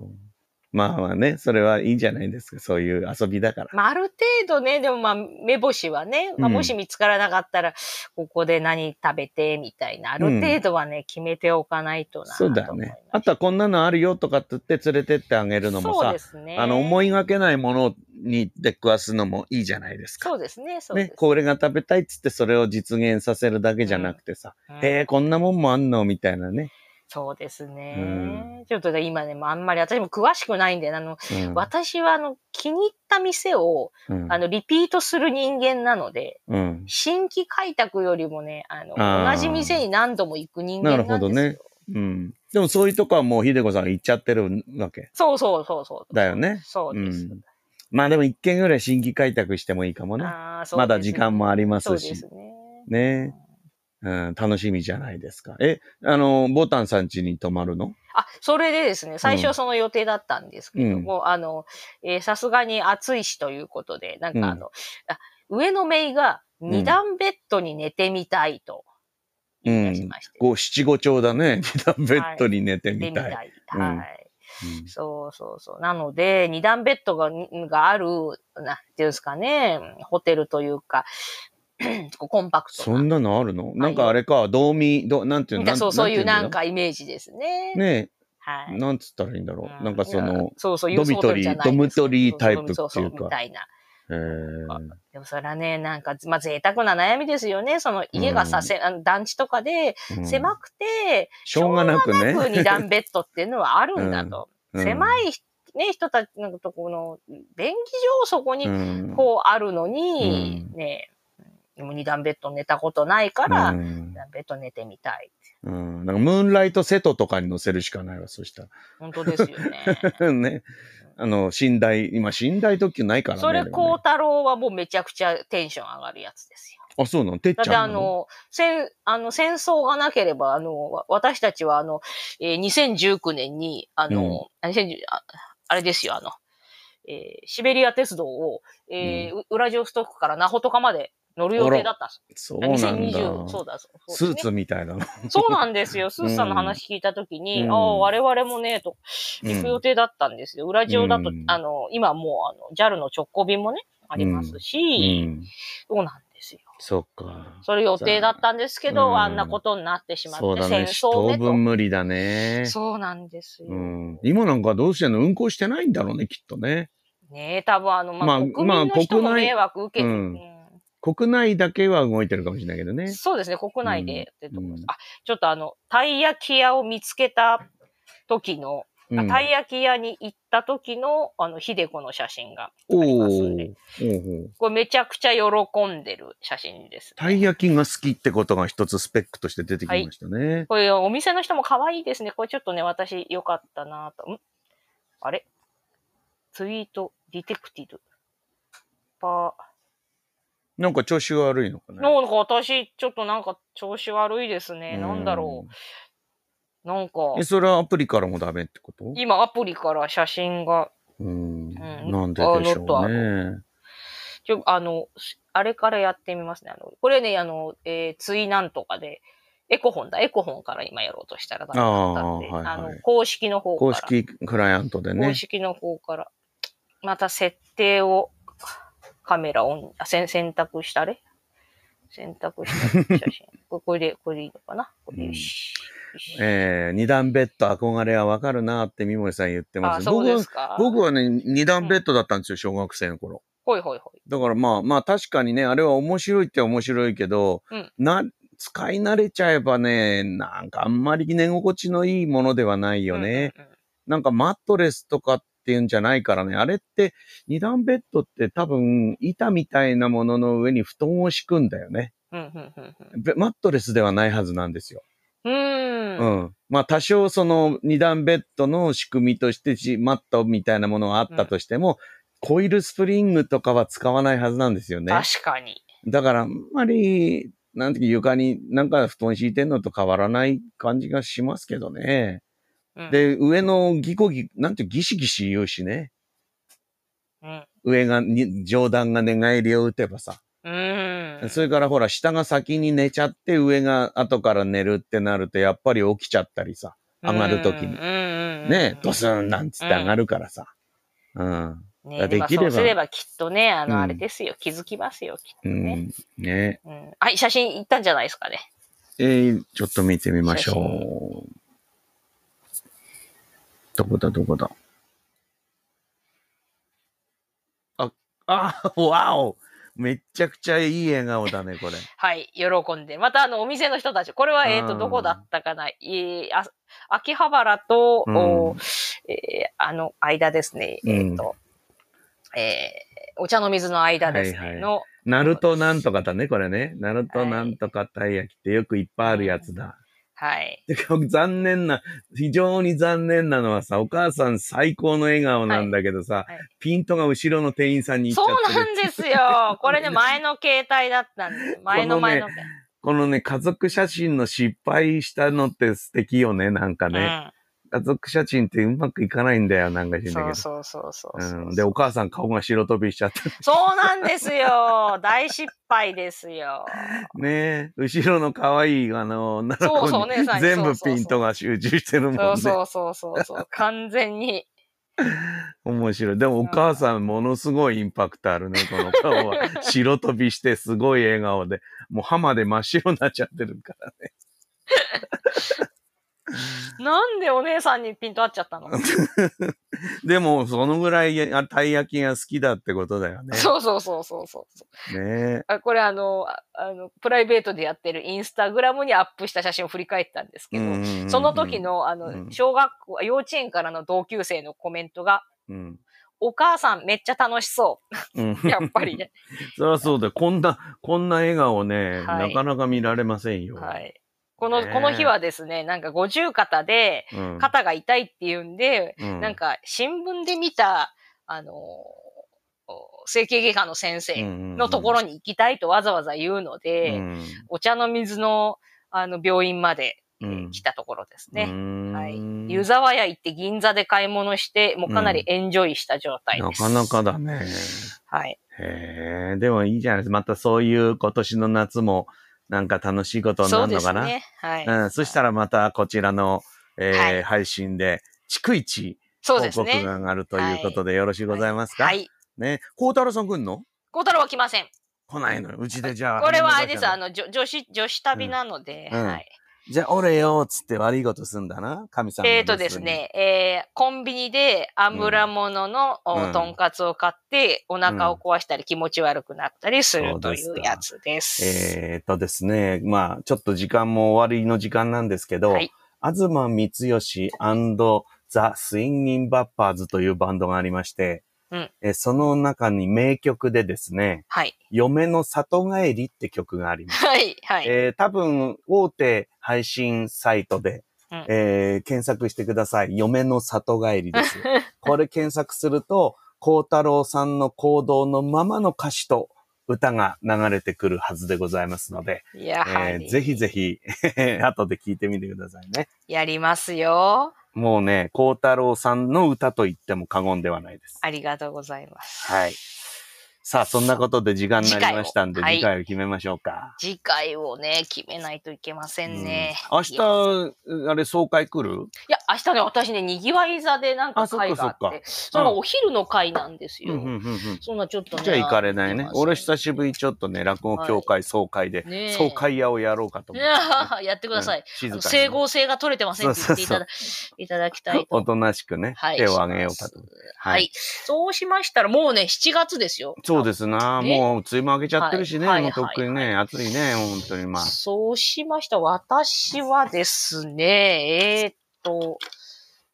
[SPEAKER 2] まあまあね、それはいいんじゃないですか。そういう遊びだから。
[SPEAKER 1] まあ、ある程度ね、でもまあ、目星はね、まあ、
[SPEAKER 2] うん
[SPEAKER 1] もし見つからなかったら、ここで何食べて、みたいな、ある程度はね、決めておかないとなと
[SPEAKER 2] そう
[SPEAKER 1] 思い
[SPEAKER 2] だ
[SPEAKER 1] ます。
[SPEAKER 2] よね。あとはこんなのあるよとかって言って連れてってあげるのも
[SPEAKER 1] そう
[SPEAKER 2] さ
[SPEAKER 1] で、すね。
[SPEAKER 2] あの思いがけないものに出くわすのもいいじゃないですか。
[SPEAKER 1] そうですね、そうです
[SPEAKER 2] ね、これが食べたいっつってそれを実現させるだけじゃなくてさ、
[SPEAKER 1] うん
[SPEAKER 2] へえ、こんなもんもあんのみたいなね。
[SPEAKER 1] そうですね。
[SPEAKER 2] う
[SPEAKER 1] ちょっとね今ね、もうあんまり私も詳しくないんで、あの、
[SPEAKER 2] うん
[SPEAKER 1] 私はあの、気に入った店を、
[SPEAKER 2] うん
[SPEAKER 1] あの、リピートする人間なので、
[SPEAKER 2] うん
[SPEAKER 1] 新規開拓よりもね、あの、
[SPEAKER 2] あー
[SPEAKER 1] 同じ店に何度も行く人間
[SPEAKER 2] な
[SPEAKER 1] なん
[SPEAKER 2] る
[SPEAKER 1] ですよ。
[SPEAKER 2] ほどね。うん。でもそういうとこはもう、ひでこさん行っちゃってるわけ。
[SPEAKER 1] そうそうそうそう。
[SPEAKER 2] だよね
[SPEAKER 1] そうです。
[SPEAKER 2] うんまあでも一軒ぐらい新規開拓してもいいかもね。
[SPEAKER 1] あーそうですね
[SPEAKER 2] まだ時間もありま
[SPEAKER 1] そう
[SPEAKER 2] す
[SPEAKER 1] で
[SPEAKER 2] し。
[SPEAKER 1] すね。
[SPEAKER 2] ね。うん、楽しみじゃないですか。え、あの、ボタンさん家に泊まるの
[SPEAKER 1] あ、それでですね、最初はその予定だったんですけども、あの、えーさすがに暑いしということで、なんかあの、あ上のメイが二段ベッドに寝てみたいと
[SPEAKER 2] う
[SPEAKER 1] 言い出し
[SPEAKER 2] ん。
[SPEAKER 1] まして。
[SPEAKER 2] こう、七五調だね。 二段ベッドに寝て
[SPEAKER 1] 寝て
[SPEAKER 2] み
[SPEAKER 1] み
[SPEAKER 2] た
[SPEAKER 1] た
[SPEAKER 2] い。
[SPEAKER 1] い。
[SPEAKER 2] うん
[SPEAKER 1] はい。そうそうそう。なので、二段ベッドががある、なんていうんですかね、ホテルというか、 こうコンパクト
[SPEAKER 2] そ
[SPEAKER 1] な。
[SPEAKER 2] んなのあるのなんかあれか、道民、どなんていう
[SPEAKER 1] みた
[SPEAKER 2] の
[SPEAKER 1] い
[SPEAKER 2] ん
[SPEAKER 1] なそうそういうなん。
[SPEAKER 2] て
[SPEAKER 1] かイメージですね。
[SPEAKER 2] 言うんだね
[SPEAKER 1] は
[SPEAKER 2] え、
[SPEAKER 1] い。
[SPEAKER 2] なんつったらいいんだろ
[SPEAKER 1] う
[SPEAKER 2] う。なんかそ
[SPEAKER 1] いや
[SPEAKER 2] の、
[SPEAKER 1] そうそう
[SPEAKER 2] ド
[SPEAKER 1] ユース
[SPEAKER 2] ミトリー
[SPEAKER 1] ホテルじゃないです
[SPEAKER 2] ドミトリータイプっていうか
[SPEAKER 1] そうそうみたいな。
[SPEAKER 2] え
[SPEAKER 1] でもそれはね、なんか、まあ、贅沢な悩みですよね。その家がさせ、あの団地とかで、
[SPEAKER 2] ーうん
[SPEAKER 1] 狭くて、
[SPEAKER 2] しょうがなくね。
[SPEAKER 1] 二段ベッドっていうのはあるんだと。
[SPEAKER 2] い
[SPEAKER 1] 狭い、ね、人たちのとこの、便宜上そこに
[SPEAKER 2] に
[SPEAKER 1] こうあるのに、ね、でも二段ベッド寝たことないから、
[SPEAKER 2] うん
[SPEAKER 1] 二段ベッド寝てみたい。
[SPEAKER 2] うんなんかムーンライトセトとかに載せるしかないわ、そした
[SPEAKER 1] 本当ですよね。
[SPEAKER 2] ら。ね。あの、寝台、今、寝台特急ないからね。
[SPEAKER 1] それ、
[SPEAKER 2] で
[SPEAKER 1] 孝
[SPEAKER 2] もね
[SPEAKER 1] 太郎はもうめちゃくちゃテンション上がるやつですよ。
[SPEAKER 2] あ、そうなのてっ
[SPEAKER 1] だっ
[SPEAKER 2] ち
[SPEAKER 1] て
[SPEAKER 2] ゃ
[SPEAKER 1] あ
[SPEAKER 2] んなの。
[SPEAKER 1] の、戦、あの、戦争がなければ、あの、わ私たちはあの、えー2019年に、あの、あ2010ああれですよ、あの、えーシベリア鉄道を、えーウラジオストックからナホトカまで乗る予定だったんです
[SPEAKER 2] そう
[SPEAKER 1] よ。
[SPEAKER 2] なん
[SPEAKER 1] 2020、そ
[SPEAKER 2] だ。
[SPEAKER 1] うだ、そう
[SPEAKER 2] ス
[SPEAKER 1] そう
[SPEAKER 2] ー
[SPEAKER 1] ですね
[SPEAKER 2] ツみたいなの。
[SPEAKER 1] そうなんですよ。スーさんの話聞いたときに、
[SPEAKER 2] うん
[SPEAKER 1] ああ、我々もね、と、行く予定だったんですよ。ウラジオだと、
[SPEAKER 2] うん
[SPEAKER 1] あの、今もう、あの、JAL の直行便もね、あります
[SPEAKER 2] う
[SPEAKER 1] し、
[SPEAKER 2] ん。
[SPEAKER 1] そうなんですよ。
[SPEAKER 2] そっか。
[SPEAKER 1] それ予定だったんですけ
[SPEAKER 2] う
[SPEAKER 1] ど、
[SPEAKER 2] ん
[SPEAKER 1] あんなことになってしまっ
[SPEAKER 2] そう
[SPEAKER 1] て、
[SPEAKER 2] だ
[SPEAKER 1] 戦
[SPEAKER 2] ね。
[SPEAKER 1] 争
[SPEAKER 2] 当
[SPEAKER 1] ね
[SPEAKER 2] 分
[SPEAKER 1] と。
[SPEAKER 2] 無理だね。
[SPEAKER 1] そうなんですよ。
[SPEAKER 2] うん、今なんかどうしてんの運行してないんだろうね、きっとね。
[SPEAKER 1] ねえ、多分あの、ま
[SPEAKER 2] まあ
[SPEAKER 1] あ、国民の人も
[SPEAKER 2] まあ国内
[SPEAKER 1] 迷惑受けて、
[SPEAKER 2] う
[SPEAKER 1] うんん
[SPEAKER 2] 国内だけは動いてるかもしれないけどね。
[SPEAKER 1] そうですね、国内でやってると思います。
[SPEAKER 2] うん
[SPEAKER 1] あ、ちょっとあの、たい焼き屋を見つけた時の、
[SPEAKER 2] う
[SPEAKER 1] あ
[SPEAKER 2] ん、
[SPEAKER 1] たい焼き屋に行った時の、あの、ひでこの写真があ
[SPEAKER 2] お
[SPEAKER 1] り
[SPEAKER 2] お
[SPEAKER 1] ますんで
[SPEAKER 2] ー。おうおう
[SPEAKER 1] これめちゃくちゃ喜んでる写真です。
[SPEAKER 2] たい焼きが好きってことが一つスペックとして出てきましたね。
[SPEAKER 1] これお店の人も可愛いですね。これちょっとね、私良かったなと。んあれツイート、ディテクティブ。パ
[SPEAKER 2] なんか調子が悪いのか
[SPEAKER 1] ー。
[SPEAKER 2] な。
[SPEAKER 1] なんか私、ちょっとなんか調子悪いですね。なんだろう。なんか、
[SPEAKER 2] え、それはアプリからもダメってこと
[SPEAKER 1] 今アプリから写真が、
[SPEAKER 2] うん。
[SPEAKER 1] ん
[SPEAKER 2] なんででしょ
[SPEAKER 1] あ
[SPEAKER 2] うね。
[SPEAKER 1] ちょ、あの、しあれからやってみますね。あの、これね、あの、えー、ツイなんとかで、エコ本だ、エコ本から今やろうとしたらダメだったんで、
[SPEAKER 2] あーはいはい
[SPEAKER 1] あの、公式の方から。
[SPEAKER 2] 公式クライアントでね
[SPEAKER 1] 公。式の方から、また設定を、カメラオン、あ、せ選択した あれ選択した写真。これこれで、これでいいのかなこれでよし。
[SPEAKER 2] えー、二段ベッド憧れはわかるなって三森さん言ってま
[SPEAKER 1] あ、
[SPEAKER 2] す。
[SPEAKER 1] そう
[SPEAKER 2] 僕
[SPEAKER 1] で
[SPEAKER 2] は
[SPEAKER 1] す、か。
[SPEAKER 2] 僕はね、二段ベッドだったんですよ、小学生の頃。
[SPEAKER 1] ほいほいほい。
[SPEAKER 2] だからまあまあ確かにね、あれは面白いって面白いけど、
[SPEAKER 1] うん
[SPEAKER 2] な、使い慣れちゃえばね、なんかあんまり寝心地のいいものではないよね。
[SPEAKER 1] うんうんうん。
[SPEAKER 2] なんかマットレスとかっていうんじゃないからね、あれって二段ベッドって多分板みたいなものの上に布団を敷くんだよね。
[SPEAKER 1] うんうんうんうん
[SPEAKER 2] べマットレスではないはずなんですよ。
[SPEAKER 1] うーん。
[SPEAKER 2] うん。まあ多少その二段ベッドの仕組みとしてしマットみたいなものがあったとしても、コイルスプリングとかは使わないはずなんですよね。
[SPEAKER 1] 確かに。
[SPEAKER 2] だから、あんまり、なんていうか床になんか布団敷いてんのと変わらない感じがしますけどね。
[SPEAKER 1] うん、
[SPEAKER 2] で、上のギコギ、なんてギシギシ言うしね。
[SPEAKER 1] うん。
[SPEAKER 2] 上がに、上段が寝返りを打てばさ。
[SPEAKER 1] うーん。
[SPEAKER 2] それからほら、下が先に寝ちゃって、上が後から寝るってなると、やっぱり起きちゃったりさ。上がる時
[SPEAKER 1] うんうん
[SPEAKER 2] に
[SPEAKER 1] うんうん
[SPEAKER 2] ね、ドスンなんつって上がるからさ。うん。
[SPEAKER 1] ね
[SPEAKER 2] がで
[SPEAKER 1] でも
[SPEAKER 2] きれば
[SPEAKER 1] そうすればきっとね、あ
[SPEAKER 2] うん
[SPEAKER 1] の、あれですよ、気づきますよ、きっ
[SPEAKER 2] う
[SPEAKER 1] とね。
[SPEAKER 2] ん。ね。
[SPEAKER 1] うん。はい、写真いったんじゃないですかね。
[SPEAKER 2] えー、ちょっと見てみましょう。どこだ、どこだ。あ、あ、 わおめっちゃくちゃいい笑顔だね、これ。
[SPEAKER 1] はい、喜んで。また、あの、お店の人たち、これは、えっ、
[SPEAKER 2] う
[SPEAKER 1] と、
[SPEAKER 2] ん
[SPEAKER 1] どこだったかな、えーあ秋葉原と、
[SPEAKER 2] うん
[SPEAKER 1] おえーあの、間ですね、
[SPEAKER 2] うん
[SPEAKER 1] えっ、と、えーお茶の水の間ですね、
[SPEAKER 2] はいはい
[SPEAKER 1] の、
[SPEAKER 2] ナルトなんとかだね、これね。ナルトなんとかたい焼きってよくいっぱいあるやつだ。
[SPEAKER 1] はい。
[SPEAKER 2] で残念な、非常に残念なのはさ、お母さん最高の笑顔なんだけどさ、
[SPEAKER 1] いはい
[SPEAKER 2] ピントが後ろの店員さんに行っちゃ
[SPEAKER 1] そう
[SPEAKER 2] ってる
[SPEAKER 1] なんですよ。これね、前の携帯だったん です。前の前の。
[SPEAKER 2] このね、家族写真の失敗したのって素敵よね、なんかね。家族写真ってうまくいかないんだよ、なんか
[SPEAKER 1] う
[SPEAKER 2] 知
[SPEAKER 1] ん。
[SPEAKER 2] んだけ
[SPEAKER 1] そ
[SPEAKER 2] ど
[SPEAKER 1] う。そうそうそうそう
[SPEAKER 2] うん、で、お母さん顔が白飛びしちゃ って。
[SPEAKER 1] そうなんですよ。大失敗ですよ。
[SPEAKER 2] ねえ後ろの可愛い、あの、奈良
[SPEAKER 1] そうそう
[SPEAKER 2] 子
[SPEAKER 1] お姉
[SPEAKER 2] に
[SPEAKER 1] さんに
[SPEAKER 2] 全
[SPEAKER 1] そ
[SPEAKER 2] 部
[SPEAKER 1] うそうそう
[SPEAKER 2] ピントが集中して るもんね。
[SPEAKER 1] そうそうそうそうそう。完全に。
[SPEAKER 2] 面白い。でもお母さんものすごいインパクトあるね、この 顔は。白飛びしてすごい笑顔で、もう歯まで真っ白になっちゃってるからね。
[SPEAKER 1] なんでお姉さんにピント合っちゃったの、
[SPEAKER 2] でも、そのぐらいあたい焼きが好きだってことだよね。
[SPEAKER 1] そうそうそうそうそうそう。
[SPEAKER 2] ね
[SPEAKER 1] あこれあのああの、プライベートでやってるインスタグラムにアップした写真を振り返ったんです
[SPEAKER 2] え
[SPEAKER 1] けど、
[SPEAKER 2] うんうんうん
[SPEAKER 1] その時、の、あ
[SPEAKER 2] うん
[SPEAKER 1] の、小学校、幼稚園からの同級生のコメントが、
[SPEAKER 2] うん
[SPEAKER 1] お母さんめっちゃ楽しそ
[SPEAKER 2] うん、
[SPEAKER 1] う。や っぱりね。
[SPEAKER 2] そりゃそうだよ。こんな、こんな笑顔ね、
[SPEAKER 1] はい
[SPEAKER 2] なかなか見られませんよ。
[SPEAKER 1] はい。この、
[SPEAKER 2] ねえ
[SPEAKER 1] この日はですね、なんか五十肩で、
[SPEAKER 2] うん、
[SPEAKER 1] 肩が痛いっていうんで、
[SPEAKER 2] うん、
[SPEAKER 1] なんか新聞で見た、あのー整形外科の先生のところに行きたいとわざわざ言うの
[SPEAKER 2] で
[SPEAKER 1] で、お茶の水のあの病院まで、えー来たところですね。はい湯沢屋行って銀座で買い物して、もうかなりエンジョイした状態
[SPEAKER 2] な
[SPEAKER 1] です。
[SPEAKER 2] かなかだね。
[SPEAKER 1] はい。
[SPEAKER 2] へえ、でもいいじゃないですか。またそういう今年の夏もなんか楽しいことにな
[SPEAKER 1] そう
[SPEAKER 2] る
[SPEAKER 1] で
[SPEAKER 2] の
[SPEAKER 1] す
[SPEAKER 2] かな。
[SPEAKER 1] ね。はい。
[SPEAKER 2] うん、そしたらまたこちらの、えー
[SPEAKER 1] はい
[SPEAKER 2] 配信で、逐一
[SPEAKER 1] そう
[SPEAKER 2] 報
[SPEAKER 1] です
[SPEAKER 2] 告
[SPEAKER 1] ね。
[SPEAKER 2] が上がるということでよろしゅうございますか。
[SPEAKER 1] はい。
[SPEAKER 2] ね、孝太郎さん来んの
[SPEAKER 1] 孝太郎は来ません。
[SPEAKER 2] 来ないのよ。うちでじゃあ。
[SPEAKER 1] これはあれです。あ
[SPEAKER 2] の。
[SPEAKER 1] の、女女子、女子旅なので、
[SPEAKER 2] うんうん
[SPEAKER 1] はい。
[SPEAKER 2] じゃあ、おれよ、っつって悪いことすんだな。神様。
[SPEAKER 1] えーとです。ね、えーコンビニでアンブラものの、
[SPEAKER 2] うん
[SPEAKER 1] おとんかつを買って、お腹を壊したり気持ち悪くなったりす
[SPEAKER 2] そう
[SPEAKER 1] ると
[SPEAKER 2] で
[SPEAKER 1] い
[SPEAKER 2] すか
[SPEAKER 1] うやつです。
[SPEAKER 2] えー、っとですね、まあ、ちょっと時間も終わりの時間なんですけど、
[SPEAKER 1] はい
[SPEAKER 2] 東光義ザ・スインギンバッパーズというバンドがありまして、
[SPEAKER 1] うん
[SPEAKER 2] えーその中に名曲でですね、
[SPEAKER 1] はい。
[SPEAKER 2] 嫁の里帰りって曲があります。
[SPEAKER 1] はい。はい。
[SPEAKER 2] えー多分、大手配信サイトで、
[SPEAKER 1] うん
[SPEAKER 2] えー検索してください。嫁の里帰 りです。これ検索すると、孝太郎さんの行動のままの歌詞と歌が流れてくるはずでございますので、
[SPEAKER 1] やは
[SPEAKER 2] え
[SPEAKER 1] り。
[SPEAKER 2] ーぜひぜひ、 後で聞いてみてくださいね。
[SPEAKER 1] やりますよ。
[SPEAKER 2] もうね、孝太郎さんの歌と言っても過言ではないです。
[SPEAKER 1] ありがとうございます。
[SPEAKER 2] はい。さあ、そんなことで時間になりましたんで、
[SPEAKER 1] 次回をはい
[SPEAKER 2] 次回を決めましょうか。
[SPEAKER 1] 次回をね、決めないといけませんね。
[SPEAKER 2] うん明
[SPEAKER 1] いや
[SPEAKER 2] 日、あれ、総会来
[SPEAKER 1] い
[SPEAKER 2] る
[SPEAKER 1] や、明日ね、私ね、にぎわい座でなんか
[SPEAKER 2] あそっか
[SPEAKER 1] 会があって、
[SPEAKER 2] そ
[SPEAKER 1] そ
[SPEAKER 2] っか
[SPEAKER 1] のお昼の会なんです
[SPEAKER 2] う
[SPEAKER 1] よ。
[SPEAKER 2] んうんうんうん
[SPEAKER 1] そんなちょっとね。
[SPEAKER 2] じゃあ行かれないね。俺久
[SPEAKER 1] し
[SPEAKER 2] しぶりちょっとね、落語協会総会で、
[SPEAKER 1] ねえ
[SPEAKER 2] 総会屋をやろうかと思って。
[SPEAKER 1] やってください。
[SPEAKER 2] うん静
[SPEAKER 1] あ
[SPEAKER 2] か
[SPEAKER 1] の
[SPEAKER 2] に。
[SPEAKER 1] 整合性が取れてませんって言っていただいただき たいと
[SPEAKER 2] お。となしくね、
[SPEAKER 1] はい
[SPEAKER 2] 手を挙げようかと。
[SPEAKER 1] はい、。そうしましたら、もうね、7月ですよ。
[SPEAKER 2] そうですな。
[SPEAKER 1] ね
[SPEAKER 2] もう、梅雨も明けちゃってるしね、
[SPEAKER 1] はい
[SPEAKER 2] もうとっくにね、暑いね、本当にまあ。
[SPEAKER 1] そうしました。私はですね、えーっと、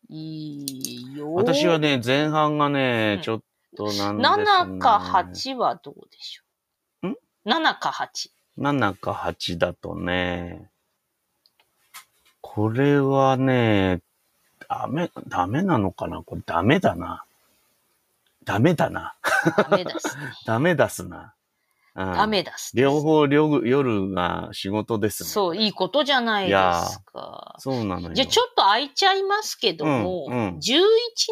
[SPEAKER 1] いいよ。
[SPEAKER 2] 私はね、前半がね
[SPEAKER 1] うん、
[SPEAKER 2] ちょっとなんですね。
[SPEAKER 1] 7か。8はどうでしょう。
[SPEAKER 2] ん
[SPEAKER 1] ?7 か8。
[SPEAKER 2] 7か8だとね、これはね、ダメ、ダメなのかなこれダメだな。ダメだな。
[SPEAKER 1] ダメです ね。
[SPEAKER 2] ダメ出すな。うん
[SPEAKER 1] ダ。メです、ね。
[SPEAKER 2] 両方両夜が仕事ですね。
[SPEAKER 1] そう、いいことじゃない
[SPEAKER 2] いや
[SPEAKER 1] ですか。
[SPEAKER 2] そうなのよ。
[SPEAKER 1] じゃあちょっと空いちゃいますけども、
[SPEAKER 2] うんうん
[SPEAKER 1] 11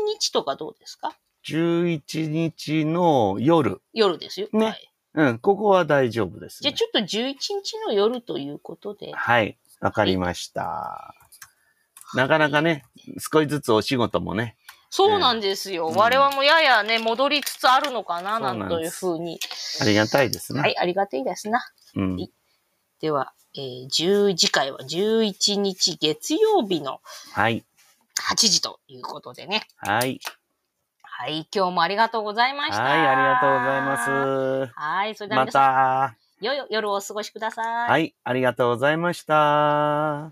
[SPEAKER 1] 日とかどうですか
[SPEAKER 2] 11日の夜。
[SPEAKER 1] 夜ですよ。
[SPEAKER 2] ね
[SPEAKER 1] はい。
[SPEAKER 2] うん、ここは大丈夫です、
[SPEAKER 1] じゃ
[SPEAKER 2] ね。
[SPEAKER 1] あちょっと11日の夜ということで。
[SPEAKER 2] はい、わかりました。なかなかね、少しずつお仕事もね。
[SPEAKER 1] そうなんですよ。
[SPEAKER 2] うん
[SPEAKER 1] 我々もややね、戻りつつあるのかな、
[SPEAKER 2] そうな
[SPEAKER 1] なんんとい
[SPEAKER 2] で
[SPEAKER 1] う
[SPEAKER 2] す
[SPEAKER 1] ふうに。
[SPEAKER 2] ありがたいですね。
[SPEAKER 1] はい、ありがたいですな。
[SPEAKER 2] うん。
[SPEAKER 1] では、えー、10次回は11日月曜日の
[SPEAKER 2] はい。
[SPEAKER 1] 8時ということでね。
[SPEAKER 2] はい。
[SPEAKER 1] はい、今日もありがとうございま
[SPEAKER 2] はい、
[SPEAKER 1] した。
[SPEAKER 2] ありがと
[SPEAKER 1] す。
[SPEAKER 2] うございます。
[SPEAKER 1] はい、それでは
[SPEAKER 2] ま
[SPEAKER 1] 皆さん、
[SPEAKER 2] た。
[SPEAKER 1] 良い夜をお過ごしください。
[SPEAKER 2] はい、ありがとうございました。